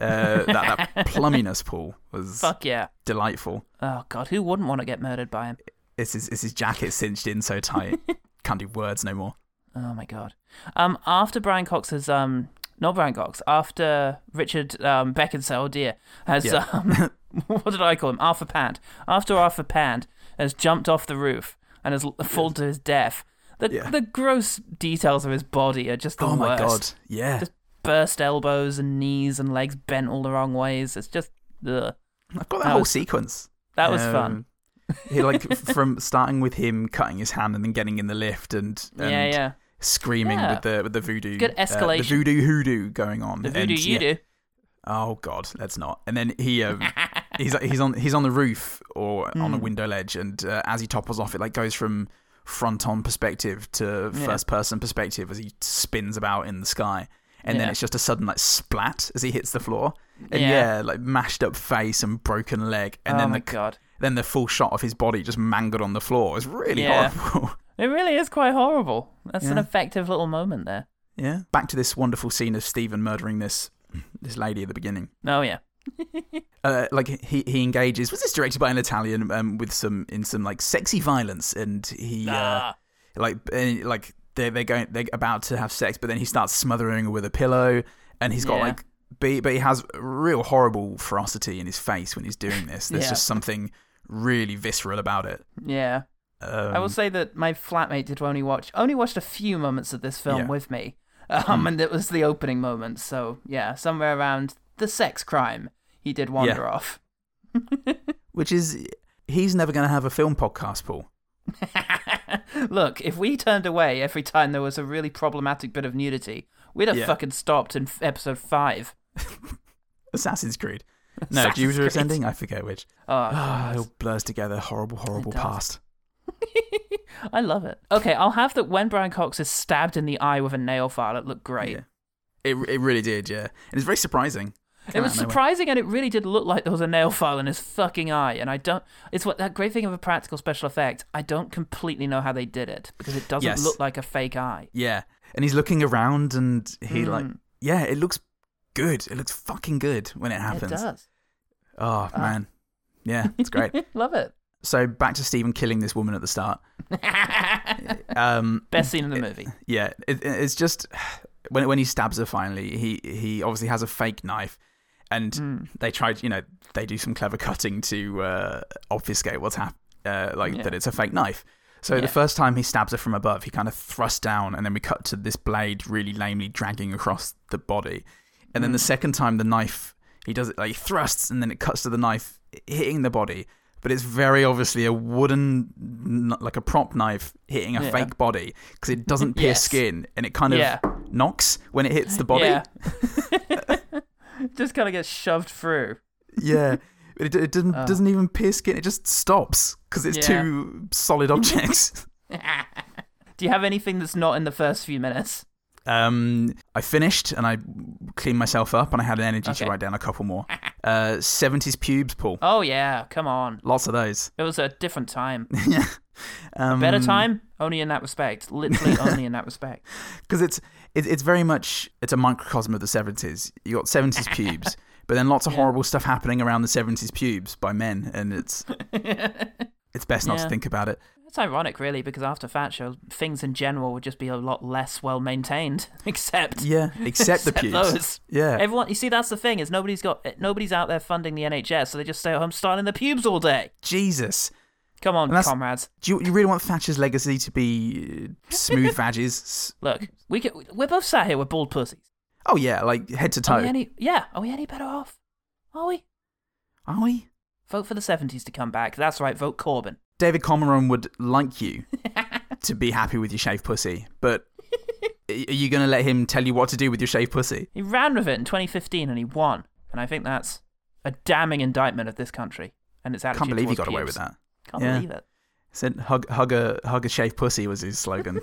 Speaker 1: uh, that that plumminess. Paul was
Speaker 2: Fuck yeah.
Speaker 1: delightful.
Speaker 2: Oh god, who wouldn't want to get murdered by him?
Speaker 1: It's his, it's his jacket cinched in so tight, can't do words no more.
Speaker 2: Oh my god. Um, after Brian Cox's um, not Brian Cox, after Richard um Beckinsale, oh dear, has
Speaker 1: Yeah.
Speaker 2: um, what did I call him? Arthur Pant. After Arthur Pant has jumped off the roof and has l- fallen to his death. The
Speaker 1: Yeah.
Speaker 2: the gross details of his body are just the
Speaker 1: oh my
Speaker 2: worst.
Speaker 1: god, yeah.
Speaker 2: Just burst elbows and knees and legs bent all the wrong ways. It's just ugh.
Speaker 1: I've got that,
Speaker 2: That
Speaker 1: whole
Speaker 2: was-
Speaker 1: sequence.
Speaker 2: that
Speaker 1: Um,
Speaker 2: was fun.
Speaker 1: He like f- from starting with him cutting his hand and then getting in the lift and, and
Speaker 2: yeah, yeah.
Speaker 1: screaming
Speaker 2: Yeah.
Speaker 1: with the with the voodoo uh,
Speaker 2: Good
Speaker 1: the
Speaker 2: escalation.
Speaker 1: voodoo hoodoo going on.
Speaker 2: The
Speaker 1: and
Speaker 2: voodoo you
Speaker 1: yeah.
Speaker 2: do.
Speaker 1: Oh god, let's not. And then he um, he's he's on he's on the roof or on
Speaker 2: Hmm.
Speaker 1: a window ledge, and uh, as he topples off, it like goes from front on perspective to
Speaker 2: Yeah.
Speaker 1: first person perspective as he spins about in the sky. And then
Speaker 2: Yeah.
Speaker 1: it's just a sudden like splat as he hits the floor, and
Speaker 2: Yeah.
Speaker 1: yeah, like mashed up face and broken leg, and
Speaker 2: oh
Speaker 1: then
Speaker 2: my
Speaker 1: the
Speaker 2: god.
Speaker 1: then the full shot of his body just mangled on the floor. It's really
Speaker 2: Yeah.
Speaker 1: horrible.
Speaker 2: It really is quite horrible. That's an
Speaker 1: Yeah.
Speaker 2: effective little moment there.
Speaker 1: yeah. Back to this wonderful scene of Stephen murdering this this lady at the beginning.
Speaker 2: Oh yeah.
Speaker 1: Uh, like he he engages. Was this directed by an Italian um, with some in some like sexy violence? And he uh,
Speaker 2: Ah.
Speaker 1: like and, like they they're going they're about to have sex, but then he starts smothering her with a pillow, and he's got
Speaker 2: Yeah.
Speaker 1: like. But but he has real horrible ferocity in his face when he's doing this. There's
Speaker 2: Yeah.
Speaker 1: just something really visceral about it.
Speaker 2: Yeah.
Speaker 1: Um,
Speaker 2: I will say that my flatmate did only watch only watched a few moments of this film
Speaker 1: Yeah.
Speaker 2: with me. Um and it was the opening moments, so yeah, somewhere around the sex crime he did wander off.
Speaker 1: which is he's never going to have a film podcast, Paul.
Speaker 2: Look, if we turned away every time there was a really problematic bit of nudity, we'd have
Speaker 1: Yeah.
Speaker 2: fucking stopped in f- episode five.
Speaker 1: Assassin's Creed. No,
Speaker 2: Assassin's
Speaker 1: Jupiter
Speaker 2: Creed.
Speaker 1: Ascending. I forget which.
Speaker 2: Oh,
Speaker 1: Ah, it all blurs together. Horrible, horrible
Speaker 2: does.
Speaker 1: past.
Speaker 2: I love it. Okay, I'll have that when Brian Cox is stabbed in the eye with a nail file, it looked great.
Speaker 1: Yeah. It it really did. Yeah, and it's very surprising.
Speaker 2: It was
Speaker 1: out of nowhere.
Speaker 2: surprising, and it really did look like there was a nail file in his fucking eye. And I don't. It's what that great thing of a practical special effect. I don't completely know how they did it because it doesn't
Speaker 1: Yes.
Speaker 2: look like a fake eye.
Speaker 1: Yeah, and he's looking around, and he like,
Speaker 2: Mm.
Speaker 1: yeah, it looks good. It looks fucking good when it happens.
Speaker 2: It does.
Speaker 1: Oh man, yeah, it's great.
Speaker 2: Love it.
Speaker 1: so back to Stephen killing this woman at the start. Um,
Speaker 2: Best scene in the movie.
Speaker 1: Yeah, it, it- it's just when when he stabs her finally, he he obviously has a fake knife, and
Speaker 2: Hmm.
Speaker 1: they tried, you know, they do some clever cutting to uh, obfuscate what's hap- uh, like
Speaker 2: Yeah.
Speaker 1: that it's a fake knife. So
Speaker 2: Yeah.
Speaker 1: the first time he stabs her from above, he kind of thrusts down, and then we cut to this blade really lamely dragging across the body, and then the
Speaker 2: Hmm.
Speaker 1: second time the knife he does it like he thrusts, and then it cuts to the knife hitting the body. But it's very obviously a wooden, kn- like a prop knife hitting a
Speaker 2: Yeah.
Speaker 1: fake body because it doesn't pierce
Speaker 2: Yes.
Speaker 1: skin and it kind of
Speaker 2: Yeah.
Speaker 1: knocks when it hits the body.
Speaker 2: Yeah. Just kind of gets shoved through.
Speaker 1: Yeah. But It, it doesn't, doesn't even pierce skin, it just stops because it's
Speaker 2: Oh. Yeah.
Speaker 1: two solid objects.
Speaker 2: Do you have anything that's not in the first few minutes?
Speaker 1: Um, I finished and I cleaned myself up and I had an energy
Speaker 2: Okay.
Speaker 1: to write down a couple more. Uh, 70s pubes, Paul.
Speaker 2: Oh yeah, come on.
Speaker 1: Lots of those.
Speaker 2: It was a different time.
Speaker 1: Um,
Speaker 2: Better time? Only in that respect. Literally only in that respect.
Speaker 1: because it's it, it's very much it's a microcosm of the 70s you got 70s pubes but then lots of horrible stuff happening around the 70s pubes by men and it's it's best not
Speaker 2: Yeah.
Speaker 1: to think about it
Speaker 2: It's ironic really because after Fat Show things in general would just be a lot less well maintained. Except
Speaker 1: yeah except, the
Speaker 2: Except
Speaker 1: pubes
Speaker 2: those.
Speaker 1: yeah
Speaker 2: Everyone, you see, that's the thing is nobody's got nobody's out there funding the NHS, so they just stay at home styling their pubes all day.
Speaker 1: jesus
Speaker 2: Come on,
Speaker 1: And that's-
Speaker 2: comrades,
Speaker 1: do you, you really want thatcher's legacy to be uh, smooth vages S-
Speaker 2: look, we could, we're both sat here with bald pussies.
Speaker 1: oh yeah like head to toe
Speaker 2: Are we any, yeah, are we any better off? Are we?
Speaker 1: are we
Speaker 2: Vote for the seventies to come back. That's right, vote Corbyn.
Speaker 1: david cameron would like you to be happy with your shaved pussy but are you going to let him tell you what to do with your shaved pussy
Speaker 2: He ran with it in 2015 and he won, and I think that's a damning indictment of this country and its
Speaker 1: i
Speaker 2: attitude.
Speaker 1: can't believe he got
Speaker 2: towards
Speaker 1: away
Speaker 2: pubes.
Speaker 1: with that
Speaker 2: Can't
Speaker 1: Yeah.
Speaker 2: believe it.
Speaker 1: Said hug, hug a hug a shaved pussy was his slogan.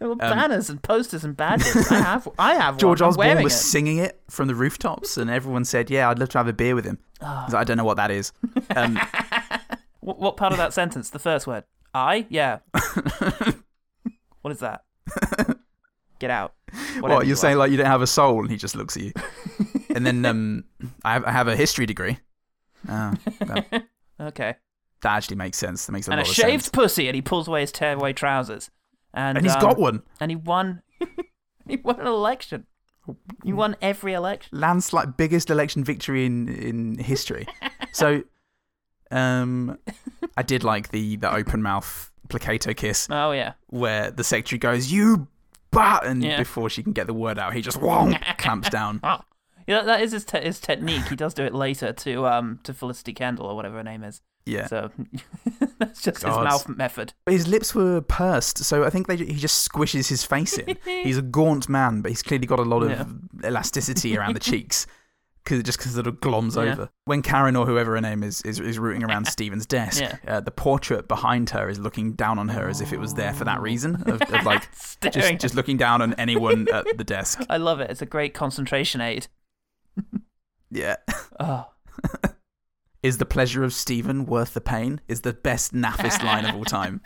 Speaker 2: There were banners and posters and badges. I have, I have.
Speaker 1: Um, George
Speaker 2: one. I'm
Speaker 1: Osborne
Speaker 2: wearing
Speaker 1: was
Speaker 2: it.
Speaker 1: singing it from the rooftops, and everyone said, "Yeah, I'd love to have a beer with him." He's like, I don't know what that is. Um,
Speaker 2: What, what part of that sentence? The first word. I? Yeah. what is that? Get out. Whatever
Speaker 1: what
Speaker 2: you
Speaker 1: you're
Speaker 2: are.
Speaker 1: saying, like you don't have a soul, and he just looks at you. and then um, I have I have a history degree. Oh, that, that
Speaker 2: Okay.
Speaker 1: actually makes sense. That makes a
Speaker 2: and a
Speaker 1: lot of
Speaker 2: shaved
Speaker 1: sense.
Speaker 2: pussy, and he pulls away his tearaway trousers. And,
Speaker 1: And he's
Speaker 2: um,
Speaker 1: got one
Speaker 2: And he won. he won an election. He won every election.
Speaker 1: landslide, biggest election victory in in history. so, um, I did like the the open mouth placato kiss.
Speaker 2: Oh yeah.
Speaker 1: where the secretary goes, "You bat," and
Speaker 2: Yeah.
Speaker 1: before she can get the word out, he just whong clamps down.
Speaker 2: Oh. Yeah, that is his, te- his technique. He does do it later to um to Felicity Kendall or whatever her name is.
Speaker 1: Yeah,
Speaker 2: So that's just
Speaker 1: God.
Speaker 2: his mouth method.
Speaker 1: but his lips were pursed, so I think they, he just squishes his face in. he's a gaunt man, but he's clearly got a lot of elasticity around the cheeks. Cause, just because it gloms
Speaker 2: Yeah.
Speaker 1: over. When Karen or whoever her name is is, is rooting around Stephen's desk,
Speaker 2: Yeah.
Speaker 1: uh, the portrait behind her is looking down on her as if it was there for that reason of, of like
Speaker 2: Staring.
Speaker 1: just, just looking down on anyone at the desk.
Speaker 2: I love it. It's a great concentration aid.
Speaker 1: Yeah.
Speaker 2: Oh.
Speaker 1: Is the pleasure of Stephen worth the pain? Is the best naffest line of all time.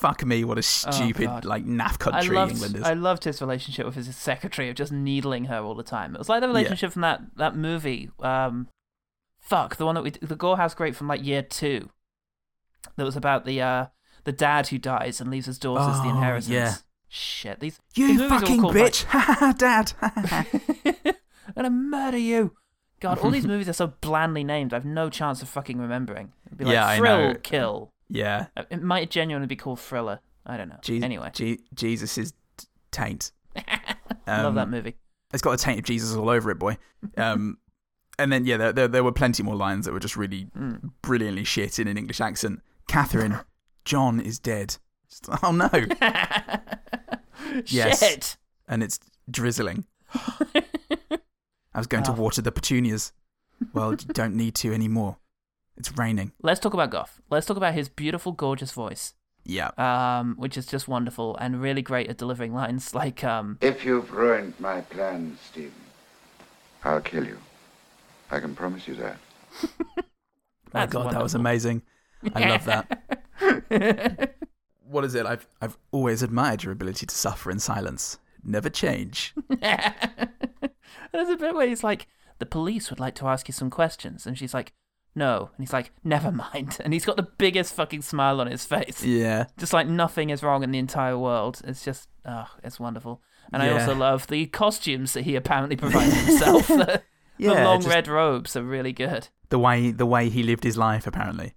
Speaker 1: Fuck me, what a stupid
Speaker 2: Oh, God.
Speaker 1: like naff
Speaker 2: I
Speaker 1: country
Speaker 2: loved,
Speaker 1: England is.
Speaker 2: I loved his relationship with his secretary of just needling her all the time. It was like the relationship from that, that movie. Um, fuck, the one that we the Gore House Great from like year two. That was about the uh the dad who dies and leaves his daughters the
Speaker 1: Oh,
Speaker 2: inheritance.
Speaker 1: yeah.
Speaker 2: Shit, these these
Speaker 1: you
Speaker 2: movies are all
Speaker 1: fucking
Speaker 2: called, like,
Speaker 1: bitch, ha ha, dad.
Speaker 2: I'm gonna murder you. God, all these movies are so blandly named. I've no chance of fucking remembering. It'd be like
Speaker 1: Yeah, I
Speaker 2: Thrill
Speaker 1: know.
Speaker 2: Kill.
Speaker 1: yeah.
Speaker 2: Uh, It might genuinely be called Thriller. I don't know.
Speaker 1: Je-
Speaker 2: anyway,
Speaker 1: Je- Jesus is t- taint.
Speaker 2: I love
Speaker 1: Um,
Speaker 2: that movie.
Speaker 1: It's got a taint of Jesus all over it, boy. Um, and then yeah, there, there there were plenty more lines that were just really brilliantly shit in an English accent. Catherine, John is dead. Just- oh no, yes.
Speaker 2: Shit.
Speaker 1: and it's drizzling. I was going to water the petunias. Well, you don't need to anymore. It's raining.
Speaker 2: Let's talk about Goff. Let's talk about his beautiful, gorgeous voice,
Speaker 1: Yeah.
Speaker 2: um, which is just wonderful and really great at delivering lines like, um,
Speaker 9: If you've ruined my plans, Stephen, I'll kill you. I can promise you that.
Speaker 1: My
Speaker 2: That's
Speaker 1: God, that was
Speaker 2: wonderful.
Speaker 1: amazing. I love that. what is it? I've I've always admired your ability to suffer in silence. Never change.
Speaker 2: there's a bit where he's like, the police would like to ask you some questions. And she's like, no. And he's like, never mind. And he's got the biggest fucking smile on his face.
Speaker 1: Yeah.
Speaker 2: Just like nothing is wrong in the entire world. It's just, oh, it's wonderful. And I
Speaker 1: Yeah.
Speaker 2: also love the costumes that he apparently provided himself. the, the
Speaker 1: Yeah,
Speaker 2: long
Speaker 1: just-
Speaker 2: red robes are really good.
Speaker 1: The way the way he lived his life apparently.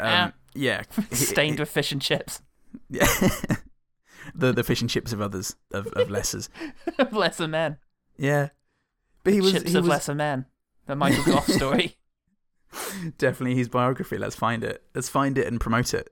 Speaker 1: Um, yeah.
Speaker 2: Stained with fish and chips.
Speaker 1: the the fish and chips of others of of lessers.
Speaker 2: lesser men.
Speaker 1: Yeah. But he was
Speaker 2: Chips
Speaker 1: he
Speaker 2: of
Speaker 1: was
Speaker 2: lesser men. The Michael Goff story.
Speaker 1: definitely his biography. Let's find it. Let's find it and promote it.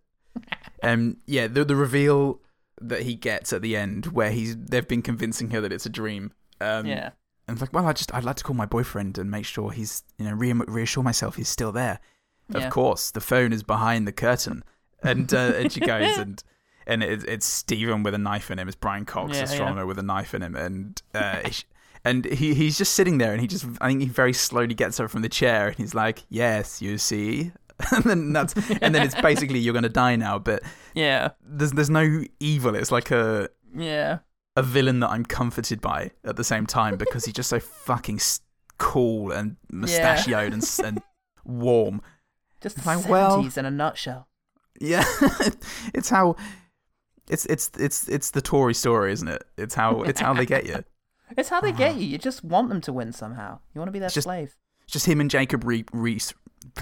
Speaker 1: Um, yeah, the the reveal that he gets at the end, where he's they've been convincing her that it's a dream. Um,
Speaker 2: Yeah.
Speaker 1: and it's like, well, I just I'd like to call my boyfriend and make sure he's you know re- reassure myself he's still there.
Speaker 2: Yeah.
Speaker 1: Of course, the phone is behind the curtain, and uh, and she goes and. and it, it's Stephen with a knife in him. It's Brian Cox,
Speaker 2: Yeah,
Speaker 1: astronomer, with a knife in him, and uh, he- and he he's just sitting there, and he just I think he very slowly gets up from the chair, and he's like, "Yes, you see," and then that's and then it's basically you're gonna die now, but
Speaker 2: Yeah.
Speaker 1: there's there's no evil. It's like a
Speaker 2: Yeah.
Speaker 1: a villain that I'm comforted by at the same time because he's just so fucking s- cool and mustachioed and s- and warm.
Speaker 2: Just the
Speaker 1: It's like,
Speaker 2: 70s
Speaker 1: well-
Speaker 2: in a nutshell.
Speaker 1: Yeah, it's how it's it's it's it's the Tory story, isn't it? It's how it's how they get you.
Speaker 2: It's how they get you. You just want them to win somehow. You want to be their
Speaker 1: Ah. It's just-
Speaker 2: slave.
Speaker 1: It's just him and Jacob Re- Reese,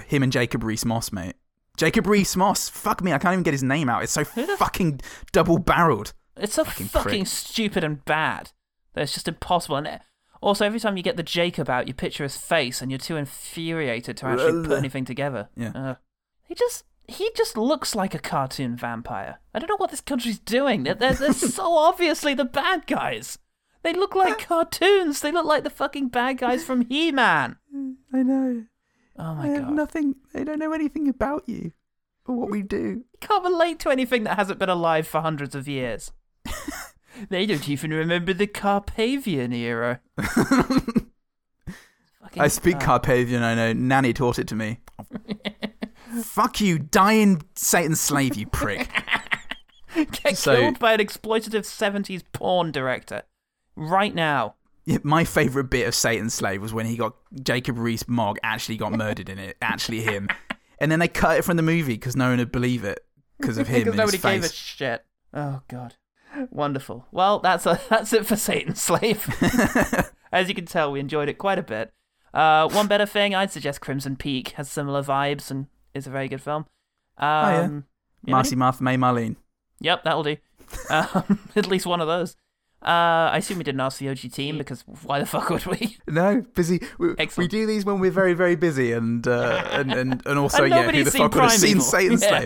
Speaker 1: him and Jacob Reese Moss, mate. Jacob Reese Moss. Fuck me, I can't even get his name out. It's so
Speaker 2: Who the f-
Speaker 1: fucking double barreled.
Speaker 2: It's so
Speaker 1: Fucking
Speaker 2: fucking,
Speaker 1: prick.
Speaker 2: stupid and bad that it's just impossible. And it- also, every time you get the Jacob out, you picture his face, and you're too infuriated to actually put
Speaker 1: Ugh.
Speaker 2: anything together.
Speaker 1: Yeah.
Speaker 2: Ugh. he just he just looks like a cartoon vampire. I don't know what this country's doing. They're they're, they're so obviously the bad guys. They look like cartoons. They look like the fucking bad guys from He Man.
Speaker 1: I know.
Speaker 2: Oh my god.
Speaker 1: nothing. They don't know anything about you or what we do.
Speaker 2: You can't relate to anything that hasn't been alive for hundreds of years. they don't even remember the Carpavian era. Fucking-
Speaker 1: I speak
Speaker 2: oh.
Speaker 1: Carpathian. I know. Nanny taught it to me. Fuck you, dying Satan slave, you prick.
Speaker 2: Get
Speaker 1: so-
Speaker 2: killed by an exploitative 70s porn director. Right now.
Speaker 1: Yeah, My favorite bit of Satan's Slave was when he got Jacob Rees Mogg actually got murdered in it, actually him. And then they cut it from the movie because no one would believe it because of him.
Speaker 2: because
Speaker 1: and
Speaker 2: nobody
Speaker 1: his
Speaker 2: gave a
Speaker 1: face.
Speaker 2: shit. Oh, God. Wonderful. Well, that's, that's it for Satan's Slave. as you can tell, we enjoyed it quite a bit. Uh, one better thing, I'd suggest Crimson Peak has similar vibes and is a very good film.
Speaker 1: Oh,
Speaker 2: Um,
Speaker 1: yeah.
Speaker 2: you know?
Speaker 1: Marcy Martha May Marlene.
Speaker 2: Yep, that'll do. Um, at least one of those. Uh, I assume we didn't ask the OG team because why the fuck would we?
Speaker 1: No, busy. We, we
Speaker 2: Excellent.
Speaker 1: do these when we're very, very busy, and uh, and, and and also
Speaker 2: and
Speaker 1: yeah, who
Speaker 2: nobody's
Speaker 1: the
Speaker 2: seen
Speaker 1: fuck would have seen
Speaker 2: Primeval.
Speaker 1: Satan's
Speaker 2: yeah.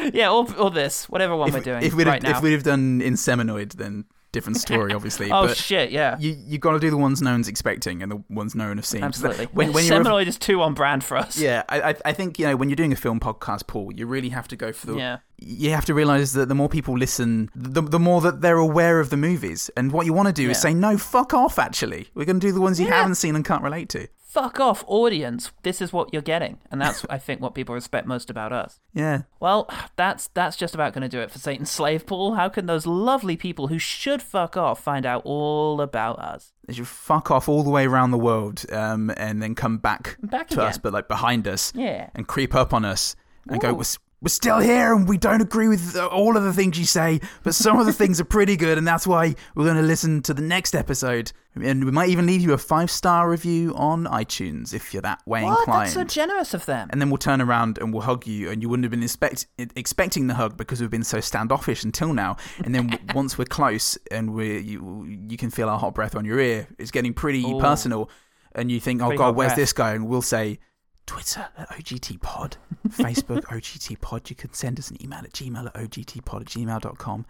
Speaker 1: Slave?
Speaker 2: yeah, or, or this, whatever one
Speaker 1: if,
Speaker 2: we're doing
Speaker 1: if we'd have,
Speaker 2: right now.
Speaker 1: if we'd have done Inseminoid, then different story, obviously.
Speaker 2: oh
Speaker 1: but
Speaker 2: shit, yeah,
Speaker 1: you you got to do the ones no one's expecting and the ones no one has seen. So that-
Speaker 2: absolutely.
Speaker 1: When, when you're
Speaker 2: Seminoid is too on brand for us.
Speaker 1: Yeah, I, I- I think you know when you're doing a film podcast, Paul, you really have to go for the.
Speaker 2: Yeah.
Speaker 1: You have to realize that the more people listen, the, the more that they're aware of the movies. And what you want to do is
Speaker 2: Yeah.
Speaker 1: say, no, fuck off. Actually, we're going to do the ones you
Speaker 2: Yeah.
Speaker 1: haven't seen and can't relate to.
Speaker 2: Fuck off, audience. This is what you're getting, and that's I think what people respect most about us.
Speaker 1: Yeah.
Speaker 2: Well, that's that's just about going to do it for Satan's Slave Paul. How can those lovely people who should fuck off find out all about us?
Speaker 1: They should fuck off all the way around the world, um, and then come back,
Speaker 2: Back
Speaker 1: to
Speaker 2: again.
Speaker 1: us, but like behind us,
Speaker 2: Yeah.
Speaker 1: and creep up on us and go,
Speaker 2: Ooh.
Speaker 1: we're, s- we're still here, and we don't agree with uh, all of the things you say, but some of the things are pretty good, and that's why we're going to listen to the next episode, and we might even leave you a five star review on iTunes if you're that way
Speaker 2: What?
Speaker 1: inclined.
Speaker 2: That's so generous of them.
Speaker 1: and then we'll turn around and we'll hug you, and you wouldn't have been expect- expecting the hug because we've been so standoffish until now. And then w- once we're close and we you, you can feel our hot breath on your ear, it's getting pretty
Speaker 2: Ooh.
Speaker 1: personal. And you think, oh
Speaker 2: Pretty
Speaker 1: god,
Speaker 2: hot
Speaker 1: where's
Speaker 2: breath.
Speaker 1: this going? And we'll say, Twitter at OGT Pod, Facebook OGT Pod. You can send us an email at gmail at OGTpod at gmail.com.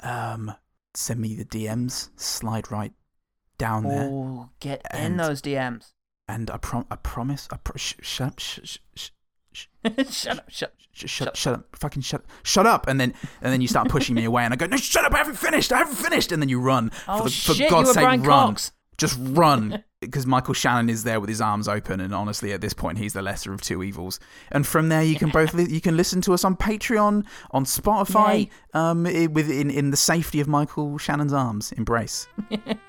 Speaker 1: Um, send me the DMs, slide right down there
Speaker 2: Oh, get in
Speaker 1: And-
Speaker 2: those DMs.
Speaker 1: and I, prom- I promise, I pro- sh- sh- sh- sh- sh-
Speaker 2: shut up, shut
Speaker 1: sh- shut, shut up, fucking shut, shut up, and then and then you start pushing me away, and I go, no, shut up, I haven't finished, I haven't finished, and then you run.
Speaker 2: Oh,
Speaker 1: for, the,
Speaker 2: shit, you
Speaker 1: for God's
Speaker 2: were
Speaker 1: sake,
Speaker 2: Brian
Speaker 1: run,
Speaker 2: Cox.
Speaker 1: just run, because Michael Shannon is there with his arms open, and honestly, at this point, he's the lesser of two evils. And from there, you can both li- you can listen to us on Patreon, on Spotify, um, i- within in the safety of Michael Shannon's arms. Embrace,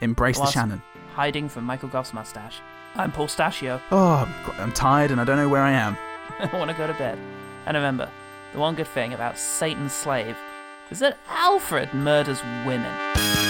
Speaker 1: embrace the
Speaker 2: Awesome.
Speaker 1: Shannon.
Speaker 2: Hiding from Michael Goff's mustache. I'm Paul Stachio.
Speaker 1: Oh, I'm- I'm tired, and I don't know where I am.
Speaker 2: I want to go to bed. And remember, the one good thing about Satan's slave is that Alfred murders women.